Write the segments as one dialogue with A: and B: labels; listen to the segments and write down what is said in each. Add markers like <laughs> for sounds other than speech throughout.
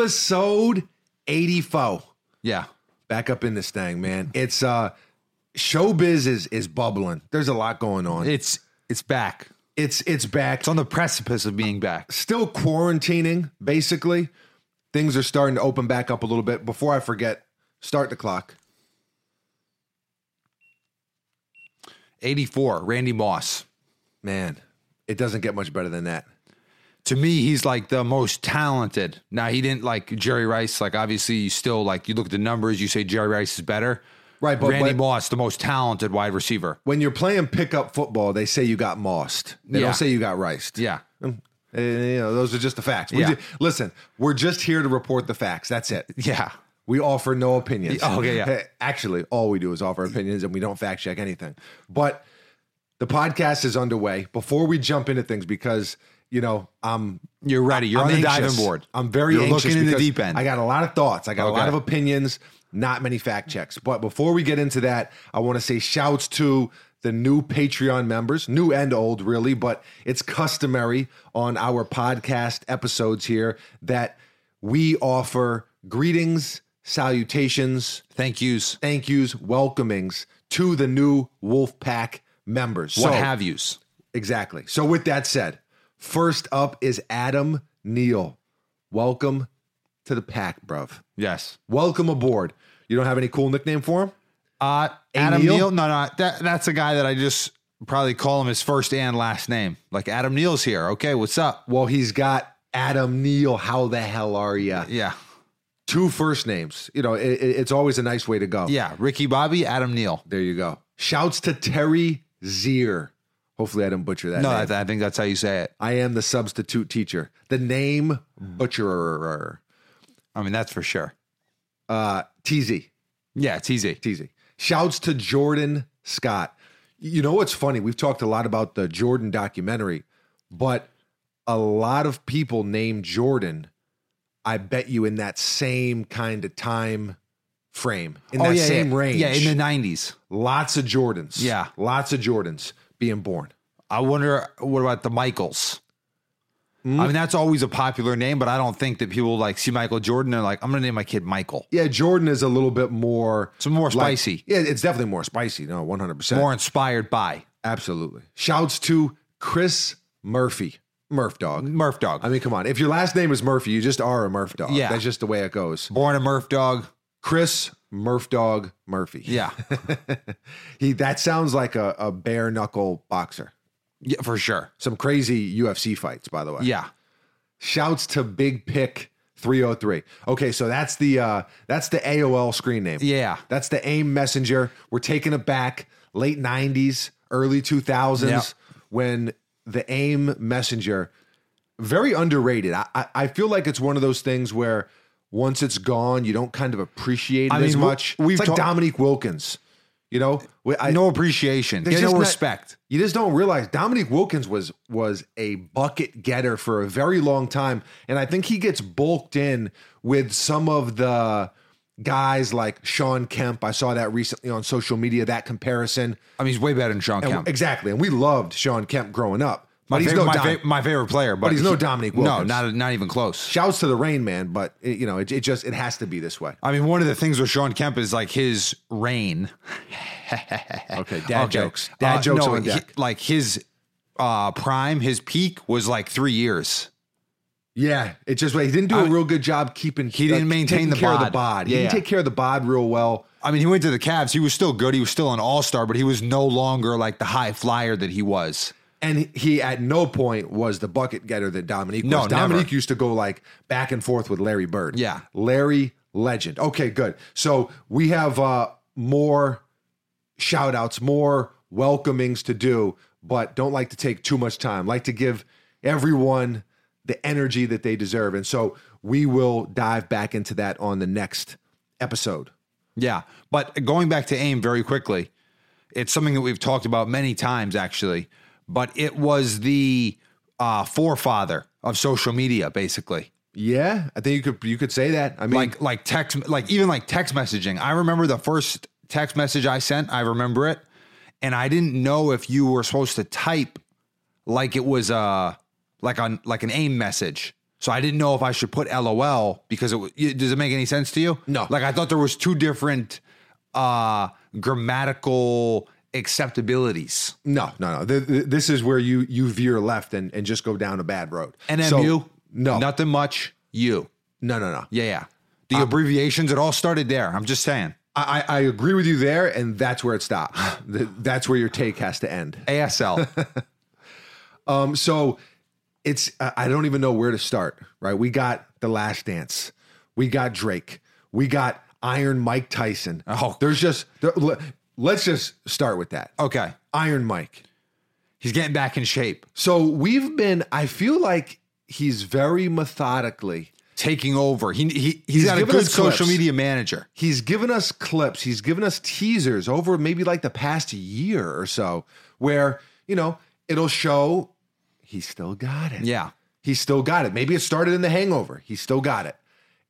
A: episode 84.
B: Yeah.
A: Back up in this thing, man. It's uh showbiz is is bubbling. There's a lot going on.
B: It's it's back.
A: It's it's back.
B: It's on the precipice of being back.
A: Still quarantining, basically. Things are starting to open back up a little bit. Before I forget, start the clock.
B: 84, Randy Moss.
A: Man, it doesn't get much better than that.
B: To me, he's like the most talented. Now, he didn't like Jerry Rice. Like, obviously, you still like, you look at the numbers, you say Jerry Rice is better.
A: Right, but
B: Randy
A: when-
B: Moss, the most talented wide receiver.
A: When you're playing pickup football, they say you got mossed. They
B: Yeah.
A: don't say you got riced.
B: Yeah.
A: Uh, you know, those are just the facts. We
B: Yeah.
A: ju- listen, we're just here to report the facts. That's it.
B: Yeah.
A: We offer no opinions.
B: Yeah, okay, yeah.
A: Actually, all we do is offer opinions and we don't fact check anything. But the podcast is underway. Before we jump into things, because, you know, I'm
B: You're ready. You're
A: I'm
B: on the
A: anxious.
B: diving board.
A: I'm very
B: You're
A: anxious
B: looking in the
A: because
B: deep end.
A: I got a lot of thoughts. I got a lot
B: Okay.
A: of opinions, not many fact checks. But before we get into that, I want to say shouts to the new Patreon members, new and old, really, but it's customary on our podcast episodes here that we offer greetings, salutations,
B: Thank yous.
A: thank yous, welcomings to the new Wolfpack members.
B: What
A: So-
B: have yous?
A: Exactly. So with that said, first up is Adam Neal. Welcome to the pack, bruv.
B: Yes.
A: Welcome aboard. You don't have any cool nickname for him?
B: Uh, Adam
A: Neal?
B: Neal? No, no, that that's a guy that I just probably call him his first and last name. Like Adam Neal's here. Okay, what's up?
A: Well, he's got Adam Neal. How the hell are ya?
B: Yeah,
A: Two first names. You know, it, it- it's always a nice way to go.
B: yeah. Ricky Bobby, Adam Neal.
A: There you go. Shouts to Terry Zier. Hopefully, I didn't butcher that.
B: No,
A: name.
B: I, I think that's how you say it.
A: I am the substitute teacher. The name butcherer.
B: I mean, that's for sure.
A: Uh, TZ.
B: Yeah, it's easy.
A: Teasy. Shouts to Jordan Scott. You know what's funny? We've talked a lot about the Jordan documentary, but a lot of people named Jordan, I bet you, in that same kind of time frame, Oh, in that
B: Oh, yeah,
A: same
B: yeah.
A: range.
B: Yeah, in the nineties.
A: lots of Jordans.
B: Yeah.
A: Lots of Jordans being born.
B: I wonder what about the Michaels.
A: Mm.
B: I mean, that's always a popular name, but I don't think that people like see Michael Jordan. They're like, I'm gonna name my kid Michael.
A: Yeah, Jordan is a little bit more.
B: It's more
A: like-
B: spicy,
A: yeah, it's definitely more spicy. No, 100%.
B: more inspired by
A: Absolutely. Shouts to Chris Murphy. Murph dog.
B: Murph Dog.
A: I mean, come on. If your last name is Murphy, you just are a Murph dog.
B: Yeah.
A: That's just the way it goes.
B: Born a Murph Dog.
A: Chris Murph dog Murphy.
B: Yeah,
A: <laughs>
B: <laughs>
A: he that sounds like a, a bare knuckle boxer.
B: yeah, for sure.
A: Some crazy UFC fights, by the way.
B: Yeah.
A: Shouts to Big Pick 303. Okay, so that's the uh that's the AOL screen name.
B: Yeah.
A: That's the AIM messenger. We're taking it back late 90s, early 2000s when the AIM messenger very underrated. I, I I feel like it's one of those things where once it's gone, you don't kind of appreciate it
B: I mean,
A: as
B: w-
A: much.
B: we've
A: it's like
B: talk-
A: Dominique Wilkins. You know, We- I,
B: no appreciation.
A: There's
B: Yeah, no
A: just not-
B: respect.
A: you just don't realize Dominique Wilkins was was a bucket getter for a very long time, and I think he gets bulked in with some of the guys like Sean Kemp. I saw that recently on social media. That comparison,
B: I mean, he's way better than Sean
A: And-
B: Kemp.
A: exactly. And we loved Sean Kemp growing up, but
B: my,
A: he's
B: favorite,
A: no
B: my,
A: Dom-
B: fa- my favorite player, but,
A: he's no
B: he-
A: Dominique
B: No,
A: Wilkins.
B: not not even close.
A: Shouts to the Rain Man, but it, you know, it, it just it has to be this way.
B: I mean, one of the things with Sean Kemp is like his reign.
A: Okay, dad
B: Okay.
A: jokes, dad
B: Uh,
A: jokes
B: no,
A: on
B: he-
A: deck.
B: like his uh, prime, his peak was like three years.
A: Yeah, it just he didn't do a real good job keeping. He
B: didn't maintain the
A: care of the
B: bod.
A: bod. He didn't
B: Yeah.
A: take care of the bod real well.
B: I mean, he went to the Cavs. He was still good. He was still an all star, but he was no longer like the high flyer that he was.
A: And he at no point was the bucket getter that Dominique
B: No,
A: was. Dominique
B: never.
A: used to go like back and forth with Larry Bird.
B: Yeah.
A: Larry legend. Okay, good. So we have uh more shout outs, more welcomings to do, but don't like to take too much time. Like to give everyone the energy that they deserve. And so we will dive back into that on the next episode.
B: Yeah. But going back to AIM very quickly, it's something that we've talked about many times, actually, but it was the uh, forefather of social media, basically.
A: Yeah, I think you could you could say that. I mean
B: Like, like text, like even like text messaging. I remember the first text message I sent, I remember it. And I didn't know if you were supposed to type like it was uh like on like an AIM message. So I didn't know if I should put LOL because it w- y- does it make any sense to you?
A: No.
B: Like I thought there was two different uh grammatical acceptabilities.
A: No, no, no. Th- th- This is where you you veer left and, and just go down a bad road.
B: NMU?
A: So- no, no,
B: Nothing much. You.
A: no, no.
B: Yeah, yeah. The
A: Um,
B: abbreviations, it all started there. I'm just saying.
A: I, I I agree with you there, and that's where it stops. <sighs> Th- that's where your take has to end. <laughs>
B: ASL.
A: Um, so it's I I don't even know where to start. Right? We got The Last Dance. We got Drake. We got Iron Mike Tyson.
B: Oh.
A: there's just there, le- let's just start with that.
B: okay.
A: Iron Mike.
B: He's getting back in shape,
A: So we've been. I feel like he's very methodically.
B: taking over. He, he, he's got a
A: given
B: good
A: us clips.
B: social media manager.
A: He's given us clips. He's given us teasers over maybe like the past year or so, where you know it'll show he still got it.
B: Yeah.
A: he still got it. Maybe it started in The Hangover. He still got it.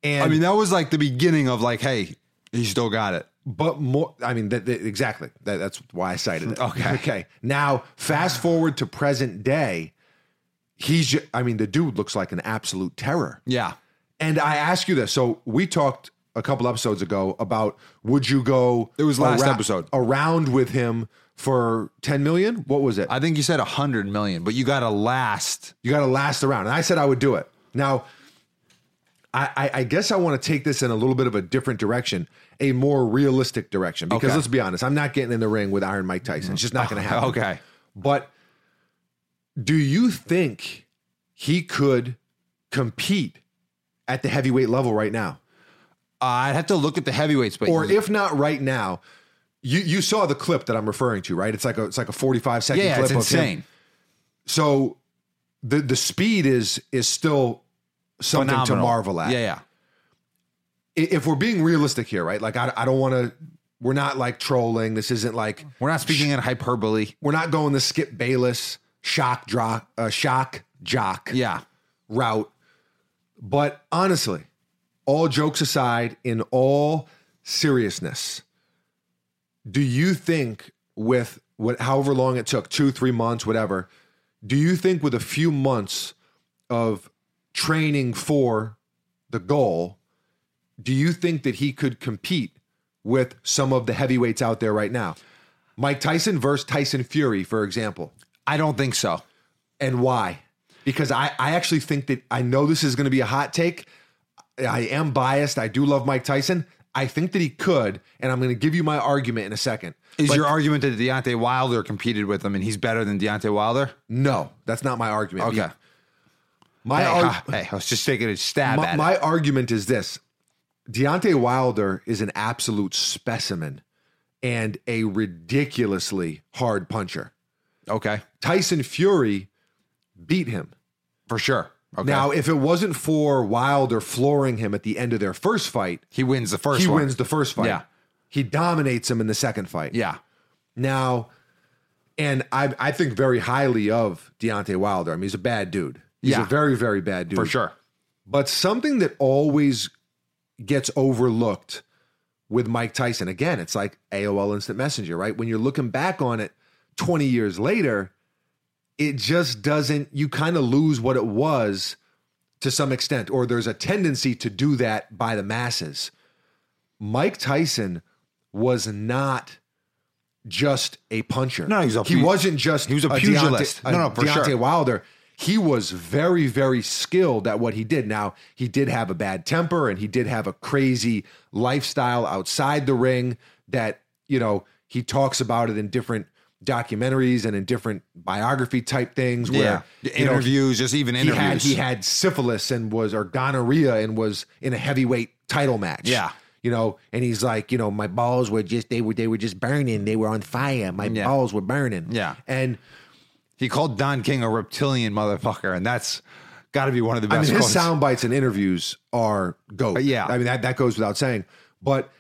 A: And
B: I mean, that was like the beginning of like, hey, he still got it.
A: but more i mean that, that- exactly that, that's why i cited it
B: <laughs> Okay.
A: okay now fast forward to present day he's ju- i mean the dude looks like an absolute terror
B: Yeah.
A: and i ask you this so we talked a couple episodes ago about would you go
B: It was last
A: arou-
B: episode.
A: around with him for 10 million what was it
B: I think you said 100 million, but you got to last.
A: you got to last around and i said i would do it now I, I, I guess I want to take this in a little bit of a different direction, a more realistic direction. Because
B: Okay.
A: let's be honest, I'm not getting in the ring with Iron Mike Tyson. It's just not
B: <laughs>
A: going to happen.
B: <laughs> Okay.
A: But do you think he could compete at the heavyweight level right now?
B: Uh, I'd have to look at the heavyweights, but
A: Or if not right now, you you saw the clip that I'm referring to, right? It's like a it's like a 45 second
B: yeah,
A: clip
B: it's
A: of him.
B: insane.
A: So the the speed is is still something to
B: Phenomenal.
A: marvel at.
B: Yeah, yeah.
A: I- If we're being realistic here, right? Like I I don't want to we're not like trolling. This isn't like
B: We're not speaking in hyperbole.
A: we're not going the Skip Bayless shock drop uh, shock jock
B: Yeah.
A: route. But honestly, all jokes aside, in all seriousness, do you think with what however long it took, two, three months, whatever, do you think with a few months of training for the goal, do you think that he could compete with some of the heavyweights out there right now? Mike Tyson versus Tyson Fury, for example
B: I don't think so.
A: and why? Because I, I actually think that I know this is going to be a hot take. I am biased. I do love Mike Tyson. I think that he could, and I'm going to give you my argument in a second.
B: Is your argument that Deontay Wilder competed with him and he's better than Deontay Wilder?
A: No, that's not my argument.
B: Okay.
A: My,
B: Hey,
A: ar-
B: ha- <laughs> hey, I was just taking a stab
A: my,
B: at it.
A: my argument is this Deontay Wilder is an absolute specimen and a ridiculously hard puncher.
B: Okay,
A: Tyson Fury beat him.
B: for sure. Okay,
A: Now, if it wasn't for Wilder flooring him at the end of their first fight,
B: he wins the first
A: he
B: one.
A: wins the first fight.
B: Yeah.
A: He dominates him in the second fight.
B: Yeah,
A: Now, and I I think very highly of Deontay Wilder. I mean, he's a bad dude. He's
B: Yeah.
A: a very, very bad dude.
B: for sure.
A: But something that always gets overlooked with Mike Tyson, again, it's like AOL Instant Messenger, right? When you're looking back on it 20 years later, it just doesn't, you kind of lose what it was to some extent, or there's a tendency to do that by the masses. Mike Tyson was not just a puncher.
B: No, he's a-
A: he wasn't just
B: he was a pugilist.
A: Deontay,
B: No,
A: no,
B: no, for
A: Deontay
B: sure.
A: Wilder. He was very, very skilled at what he did. Now he did have a bad temper, and he did have a crazy lifestyle outside the ring. That you know he talks about it in different documentaries and in different biography type things.
B: Yeah,
A: Where you know,
B: interviews, just even
A: he
B: interviews.
A: had he had syphilis and was or gonorrhea and was in a heavyweight title match.
B: Yeah.
A: You know, and he's like, you know, my balls were just they were they were just burning, they were on fire. My
B: Yeah.
A: balls were burning.
B: Yeah.
A: And
B: He called Don King a reptilian motherfucker, and that's got to be one of the
A: I
B: best.
A: mean his
B: quotes.
A: sound bites and interviews are go.
B: Uh, yeah.
A: I mean that, that goes without saying. But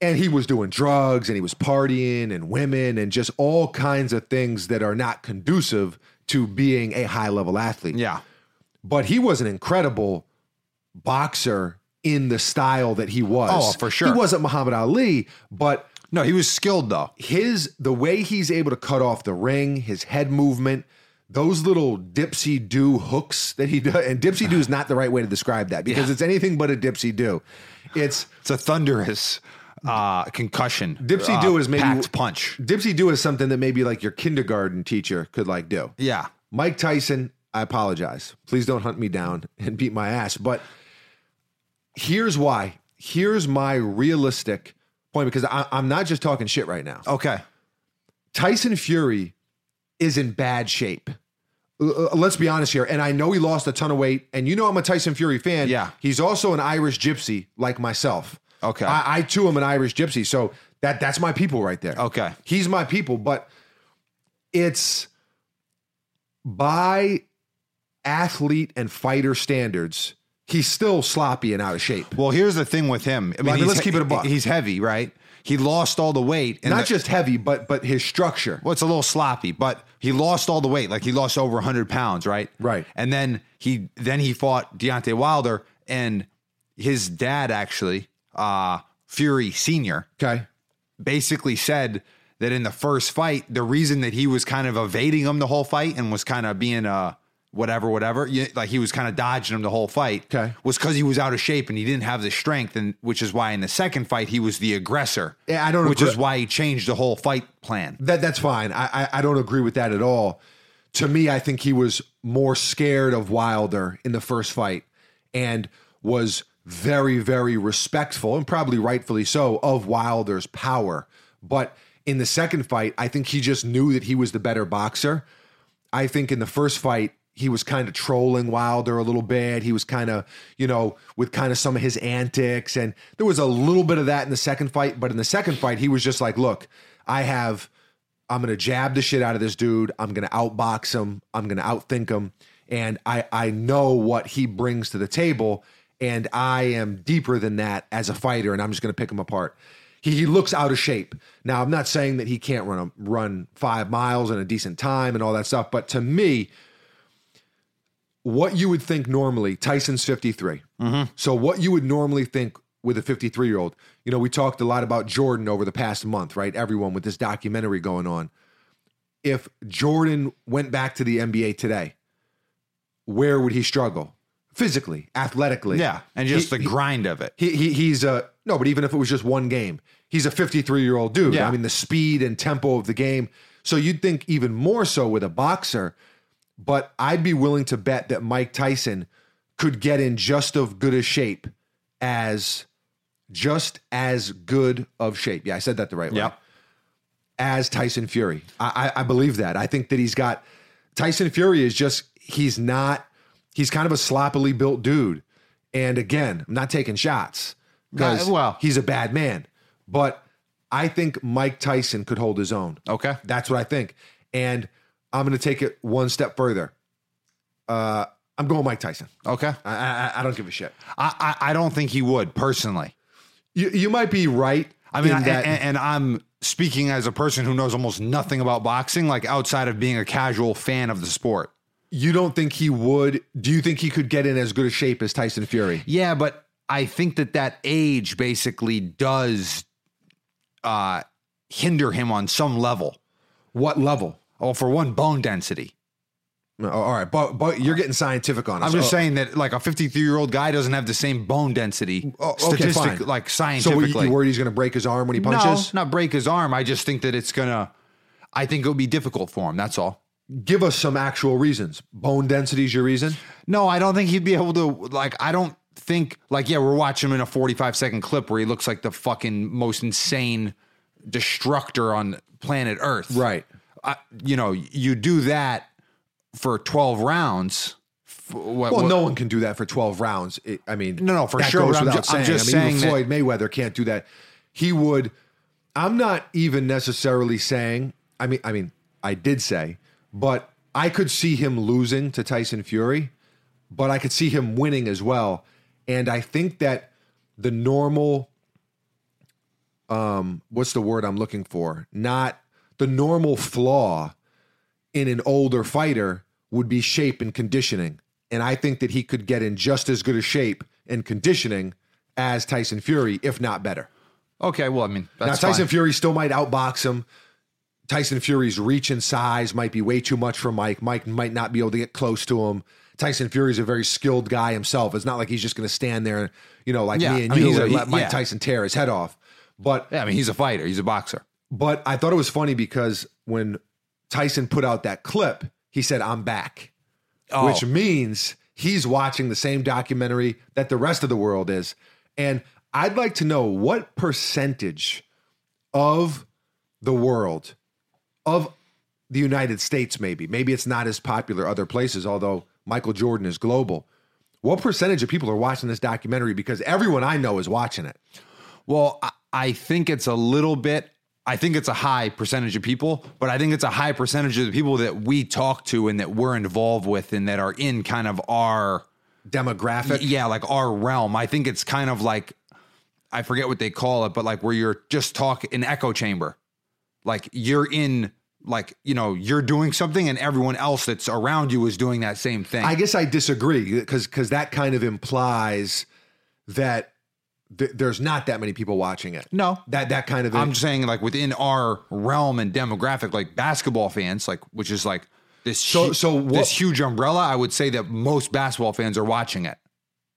A: and he was doing drugs and he was partying and women and just all kinds of things that are not conducive to being a high level athlete.
B: yeah,
A: but he was an incredible boxer in the style that he was.
B: Oh, for sure.
A: He wasn't Muhammad Ali, but
B: no, he was skilled though.
A: his the way he's able to cut off the ring, his head movement, those little dipsy do hooks that he does, and dipsy do is not the right way to describe that because it's anything but a dipsy do. It's
B: It's a thunderous uh, concussion.
A: Dipsy
B: uh,
A: do is maybe-
B: packed punch.
A: dipsy do is something that maybe like your kindergarten teacher could like do.
B: Yeah,
A: Mike Tyson, I apologize. Please don't hunt me down and beat my ass. But here's why. Here's my realistic point because I, I'm not just talking shit right now.
B: okay.
A: Tyson Fury is in bad shape. L- l- Let's be honest here. And I know he lost a ton of weight. And you know I'm a Tyson Fury fan.
B: Yeah.
A: He's also an Irish gypsy like myself.
B: Okay.
A: I, I too am an Irish gypsy. So that that's my people right there.
B: Okay.
A: He's my people, but it's by athlete and fighter standards, he's still sloppy and out of shape.
B: Well, here's the thing with him. I mean,
A: I mean,
B: he's
A: let's
B: he-
A: keep it a buck.
B: He's heavy, right? He lost all the weight. and
A: Not
B: the-
A: just heavy, but but his structure.
B: well, it's a little sloppy, but he lost all the weight. Like he lost over 100 pounds, right?
A: Right.
B: And then he then he fought Deontay Wilder, and his dad actually, uh, Fury Senior,
A: Okay.
B: basically said that in the first fight, the reason that he was kind of evading him the whole fight and was kind of being a whatever, whatever, you- like he was kind of dodging him the whole fight,
A: Okay.
B: was because he was out of shape and he didn't have the strength, and which is why in the second fight he was the aggressor.
A: Yeah, I don't
B: which
A: agree-
B: is why he changed the whole fight plan.
A: That that's fine. I, I I don't agree with that at all. To me, I think he was more scared of Wilder in the first fight and was very very respectful and probably rightfully so of Wilder's power. But in the second fight, I think he just knew that he was the better boxer. I think in the first fight, he was kind of trolling Wilder a little bit. He was kind of, you know, with kind of some of his antics. And there was a little bit of that in the second fight. But in the second fight, he was just like, look, I have, I'm going to jab the shit out of this dude. I'm going to outbox him. I'm going to outthink him. And I, I know what he brings to the table. And I am deeper than that as a fighter. And I'm just going to pick him apart he, he looks out of shape. Now, I'm not saying that he can't run a, run five miles in a decent time and all that stuff, but to me, what you would think normally, Tyson's 53. So, what you would normally think with a 53 year old, you know, we talked a lot about Jordan over the past month, right? Everyone with this documentary going on. If Jordan went back to the NBA today, where would he struggle? Physically, athletically.
B: Yeah, and just
A: He-
B: the grind of it.
A: He, he he's a no, but even if it was just one game, he's a 53 year old dude.
B: Yeah.
A: I mean, the speed and tempo of the game. So you'd think even more so with a boxer, but I'd be willing to bet that Mike Tyson could get in just of good a shape as just as good of shape. Yeah, I said that the right way
B: Yep.
A: as Tyson Fury. I, I, I believe that. I think that he's got Tyson Fury is just he's not he's kind of a sloppily built dude. And again, I'm not taking shots because
B: Uh, well-
A: he's a bad man. But I think Mike Tyson could hold his own.
B: Okay.
A: That's what I think. And I'm going to take it one step further. Uh, I'm going Mike Tyson.
B: Okay.
A: I, I, I- I don't give a shit.
B: I, I I don't think he would personally.
A: You, you might be right.
B: I mean,
A: in
B: I, and, and I'm speaking as a person who knows almost nothing about boxing, like outside of being a casual fan of the sport.
A: you don't think he would. Do you think he could get in as good a shape as Tyson Fury?
B: Yeah, but I think that that age basically does uh, hinder him on some level.
A: What level?
B: Oh, for one, bone density.
A: No, all right, but but you're getting scientific on us.
B: I'm just
A: Oh,
B: saying that like a 53 year old guy doesn't have the same bone density,
A: Oh, okay,
B: statistic,
A: fine.
B: like
A: Oh, So
B: scientifically.
A: you, you worried he's going to break his arm when he
B: no,
A: punches?
B: not break his arm. I just think that it's gonna. I think it'll be difficult for him. That's all.
A: Give us some actual reasons. Bone density is your reason.
B: No, I don't think he'd be able to. Like, I don't think. Like, yeah, we're watching him in a forty-five second clip where he looks like the fucking most insane destructor on planet Earth.
A: Right.
B: I, you know, you do that for twelve rounds. f- what-
A: Well,
B: what-
A: no one can do that for 12 rounds. It- I mean,
B: No, no, for
A: that
B: sure,
A: Goes
B: but I'm
A: without
B: ju-
A: saying.
B: I'm just
A: I mean, even
B: saying
A: Floyd Mayweather can't do that. He would. I'm not even necessarily saying. I mean, I mean, I did say, but I could see him losing to Tyson Fury, but I could see him winning as well. And I think that the normal, um, what's the word I'm looking for? Not the normal flaw in an older fighter would be shape and conditioning. And I think that he could get in just as good a shape and conditioning as Tyson Fury, if not better.
B: Okay, well, I mean,
A: Now,
B: that's
A: Tyson
B: fine.
A: Fury still might outbox him. Tyson Fury's reach and size might be way too much for Mike. Mike might not be able to get close to him. Tyson Fury's a very skilled guy himself. It's not like he's just going to stand there, and, you know, like
B: Yeah,
A: me and
B: I mean,
A: you
B: he's a-
A: and let
B: he-
A: Mike
B: yeah.
A: Tyson tear his head off. But
B: Yeah, I mean, he's a fighter. He's a boxer.
A: but I thought it was funny because when Tyson put out that clip, he said, "I'm back."
B: Oh,
A: which means he's watching the same documentary that the rest of the world is. And I'd like to know what percentage of the world, of the United States, maybe, maybe it's not as popular other places, although Michael Jordan is global. What percentage of people are watching this documentary? Because everyone I know is watching it.
B: well, I, I think it's a little bit. I think it's a high percentage of people, but I think it's a high percentage of the people that we talk to and that we're involved with and that are in kind of our
A: Demographic.
B: yeah, like our realm. I think it's kind of like I forget what they call it, but like where you're just talk an echo chamber. Like you're in like, you know, you're doing something and everyone else that's around you is doing that same thing.
A: I guess I disagree because because that kind of implies that th- there's not that many people watching it.
B: no.
A: That that kind of
B: I'm just saying like within our realm and demographic, like basketball fans, like which is like this
A: So-
B: hu-
A: so what-
B: this huge umbrella, I would say that most basketball fans are watching it.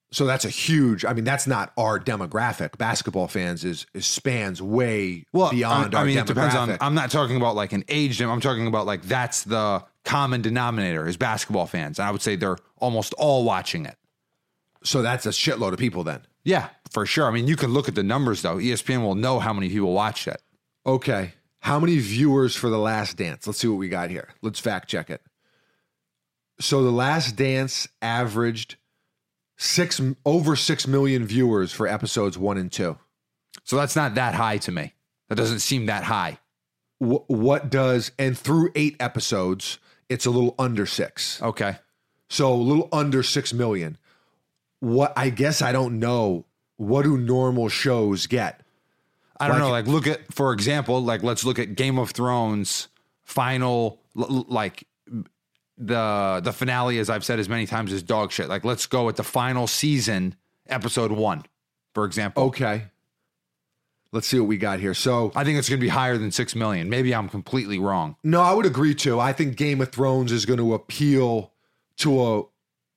A: so that's a huge i mean that's not our demographic basketball fans is, is spans way beyond
B: I, I
A: our
B: mean,
A: demographic
B: it depends on. I'm not talking about like an age. I'm talking about like that's the common denominator is basketball fans, and I would say they're almost all watching it.
A: so that's a shitload of people then
B: Yeah, for sure. I mean, you can look at the numbers though. E ESPN will know how many people watch it.
A: okay how many viewers for the last dance let's see what we got here let's fact check it so the last dance averaged six over six million viewers for episodes one and two
B: So that's not that high to me. That doesn't seem that high.
A: Wh- what does and through eight episodes it's a little under six
B: Okay.
A: So a little under six million. What I guess I don't know. What do normal shows get?
B: I don't
A: Like-
B: know. Like, look at, for example, like let's look at Game of Thrones final, l- l- like the the finale, as I've said as many times, is dog shit. Like, let's go at the final season, episode one, for example.
A: Okay. Let's see what we got here. So
B: I think it's going to be higher than six million. Maybe I'm completely wrong.
A: no, I would agree too. I think Game of Thrones is going to appeal to a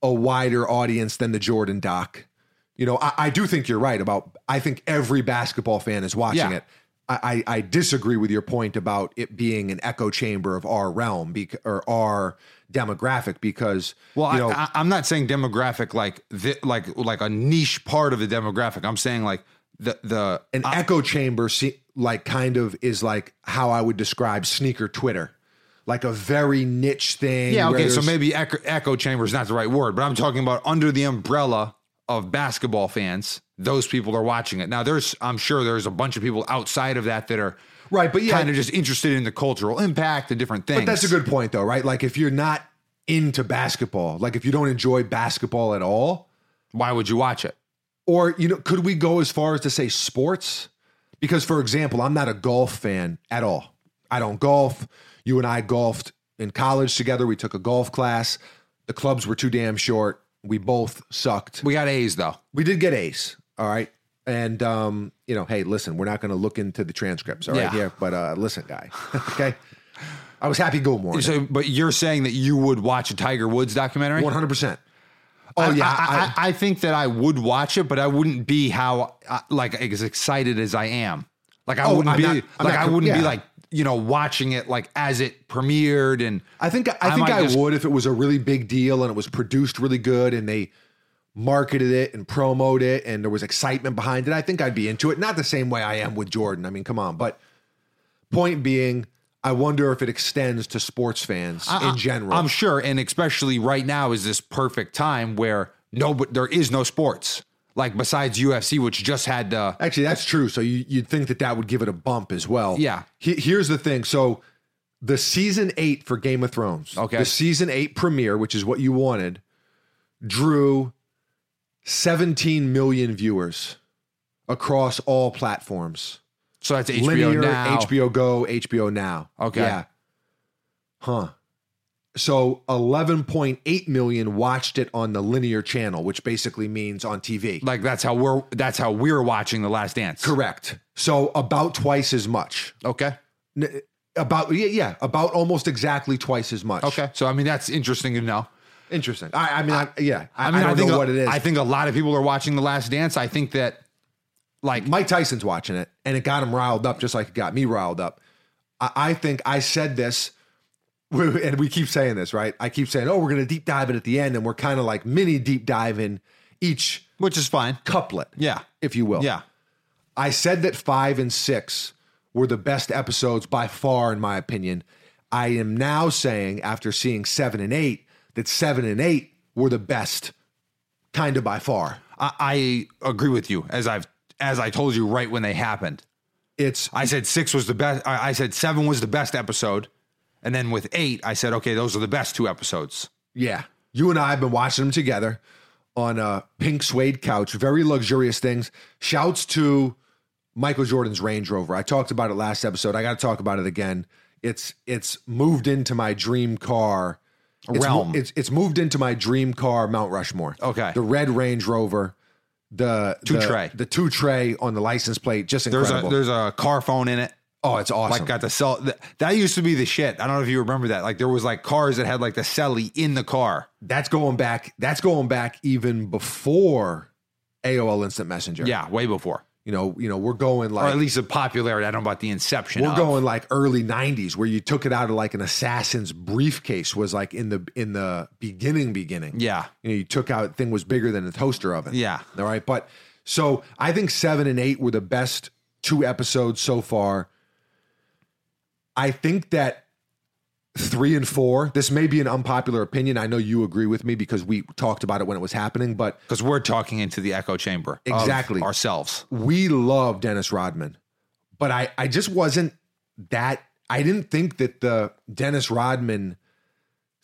A: a wider audience than the Jordan doc. You know, I, I do think you're right about. I think every basketball fan is watching
B: Yeah.
A: it. I, I I disagree with your point about it being an echo chamber of our realm bec- or our demographic because
B: Well,
A: you know,
B: I, I, I'm not saying demographic like thi- like like a niche part of the demographic. I'm saying like the the
A: an echo chamber se- like kind of is like how I would describe sneaker Twitter, like a very niche thing.
B: Yeah,
A: where
B: okay. So
A: there's-
B: maybe echo, echo chamber is not the right word, but I'm talking about under the umbrella of basketball fans. Those people are watching it now. There's, I'm sure, there's a bunch of people outside of that that are
A: right, but yeah,
B: kind of just interested in the cultural impact and different things.
A: but that's a good point though, right? Like if you're not into basketball, like if you don't enjoy basketball at all,
B: Why would you watch it?
A: or you know, could we go as far as to say sports? Because for example, I'm not a golf fan at all. I don't golf. You and I golfed in college together. We took a golf class. The clubs were too damn short. We both sucked.
B: We got A's though.
A: we did get ace all right and um you know hey listen we're not going to look into the transcripts all right
B: Yeah.
A: here but uh listen guy <laughs> okay i was happy gilmore in it,
B: So, but you're saying that you would watch a Tiger Woods documentary?
A: 100% oh yeah
B: I,
A: I,
B: I, I think that I would watch it, but I wouldn't be how uh, like as excited as I am. Like I
A: Oh,
B: wouldn't
A: I'm
B: be
A: not- I'm
B: like
A: not-
B: I wouldn't be
A: yeah.
B: like you know watching it like as it premiered and
A: I think i,
B: I
A: think i
B: might just-
A: would if it was a really big deal and it was produced really good and they marketed it and promoted it and there was excitement behind it i think i'd be into it not the same way i am with jordan i mean come on but point being i wonder if it extends to sports fans in general
B: I'm sure, and especially right now is this perfect time where no, but there is no sports like besides UFC, which just had the
A: Actually, that's true. So you, you'd think that that would give it a bump as well.
B: Yeah.
A: He- here's the thing. So the season eight for Game of Thrones,
B: Okay.
A: the season eight premiere, which is what you wanted, drew 17 million viewers across all platforms.
B: so that's HBO
A: Linear,
B: now.
A: HBO Go, HBO Now.
B: Okay.
A: Yeah. Huh. So 11.8 million watched it on the linear channel, which basically means on TV.
B: Like that's how we're that's how we're watching The Last Dance.
A: Correct. So about twice as much.
B: Okay.
A: N- About yeah, yeah, about almost exactly twice as much.
B: Okay. So I mean that's interesting to know.
A: interesting. I, I mean, I, yeah, I,
B: mean
A: I don't
B: think
A: know
B: a-
A: what it is.
B: I think a lot of people are watching The Last Dance. I think that like
A: Mike Tyson's watching it, and it got him riled up, just like it got me riled up. I, I think I said this, <laughs> and we keep saying this, right? I keep saying, "Oh, we're going to deep dive it at the end," and we're kind of like mini deep diving each
B: which is fine.
A: couplet,
B: Yeah.
A: if you will.
B: Yeah.
A: I said that five and six were the best episodes by far, in my opinion. I am now saying, after seeing seven and eight, that seven and eight were the best, kind of by far.
B: I, I agree with you as I've as I told you right when they happened.
A: It's
B: I said six was the best. I, I said seven was the best episode, and then with eight, I said okay, those are the best two episodes.
A: Yeah. You and I have been watching them together on a pink suede couch, very luxurious things. Shouts to Michael Jordan's Range Rover. I talked about it last episode. I got to talk about it again. It's it's moved into my dream car it's
B: Realm.
A: mo- It's it's moved into my dream car, Mount Rushmore.
B: Okay.
A: the red Range Rover, the two
B: tray.
A: the two tray on the license plate, just
B: There's
A: incredible.
B: a there's a car phone in it.
A: oh, it's awesome.
B: Like got the cell th- that used to be the shit. I don't know if you remember that. Like there was like cars that had like the celly in the car.
A: that's going back. That's going back even before AOL Instant Messenger.
B: Yeah, way before,
A: You know, you know, we're going
B: or
A: like
B: at least the popularity. I don't know about the inception.
A: we're
B: of.
A: going like early '90s, where you took it out of like an assassin's briefcase was like in the in the beginning, beginning.
B: Yeah,
A: You know, you took out thing was bigger than a toaster oven.
B: yeah.
A: All right, but so I think seven and eight were the best two episodes so far. I think that three and four. This may be an unpopular opinion. I know you agree with me because we talked about it when it was happening, but
B: Because we're talking into the echo chamber of
A: Exactly.
B: ourselves.
A: we love Dennis Rodman, but I I just wasn't that I didn't think that the Dennis Rodman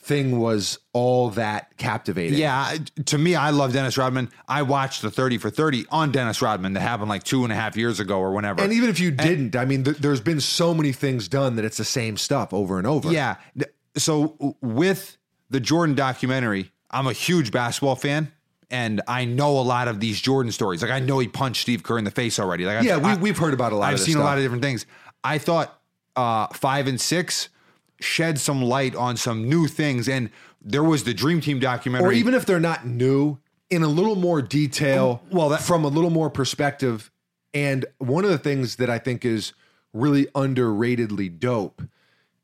A: thing was all that captivating.
B: Yeah, I- to me, I love Dennis Rodman. I watched the 30 for 30 on Dennis Rodman that happened like two and a half years ago or whenever.
A: And even if you didn't, I mean, th- there's been so many things done that it's the same stuff over and over.
B: yeah. th- So w- with the Jordan documentary, I'm a huge basketball fan. And I know a lot of these Jordan stories. Like I know he punched Steve Kerr in the face already. Like I've,
A: yeah. We,
B: I,
A: we've heard about a lot.
B: I've
A: of this
B: seen
A: stuff.
B: a lot of different things. I thought uh, five and six shed some light on some new things. And there was the Dream Team documentary.
A: or even if they're not new, in a little more detail,
B: Oh, well, that-
A: from a little more perspective. And one of the things that I think is really underratedly dope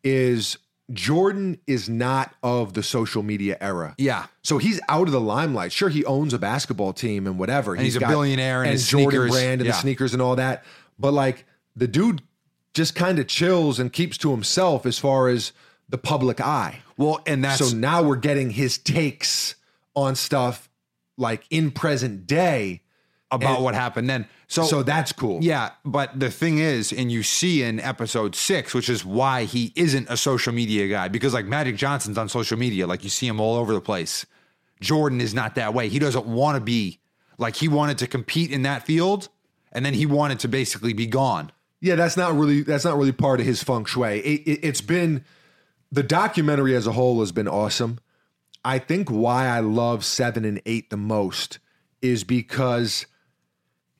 A: is Jordan is not of the social media era.
B: yeah.
A: So he's out of the limelight. Sure, he owns a basketball team and whatever.
B: he's a billionaire and his
A: Jordan
B: sneakers.
A: brand and
B: Yeah.
A: the sneakers and all that. But like the dude just kind of chills and keeps to himself as far as the public eye.
B: Well, and that's
A: So now we're getting his takes on stuff like in present day.
B: about what happened then. So,
A: So that's cool.
B: yeah, but the thing is, and you see in episode six, which is why he isn't a social media guy, because like Magic Johnson's on social media, like you see him all over the place. Jordan is not that way. He doesn't want to be like he wanted to compete in that field, and then he wanted to basically be gone.
A: Yeah, that's not really that's not really part of his feng shui. It, it, it's been the documentary as a whole has been awesome. I think why I love seven and eight the most is because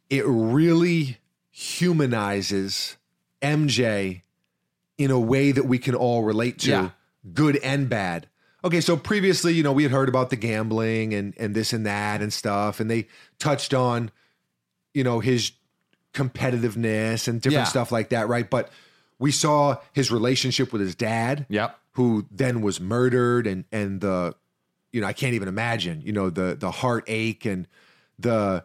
A: it really humanizes MJ in a way that we can all relate to,
B: Yeah.
A: good and bad. Okay, so previously, you know, we had heard about the gambling and and this and that and stuff, and they touched on, you know, his competitiveness and different
B: Yeah.
A: stuff like that, right? But we saw his relationship with his dad
B: Yep.
A: who then was murdered and and the you know I can't even imagine you know the the heartache and the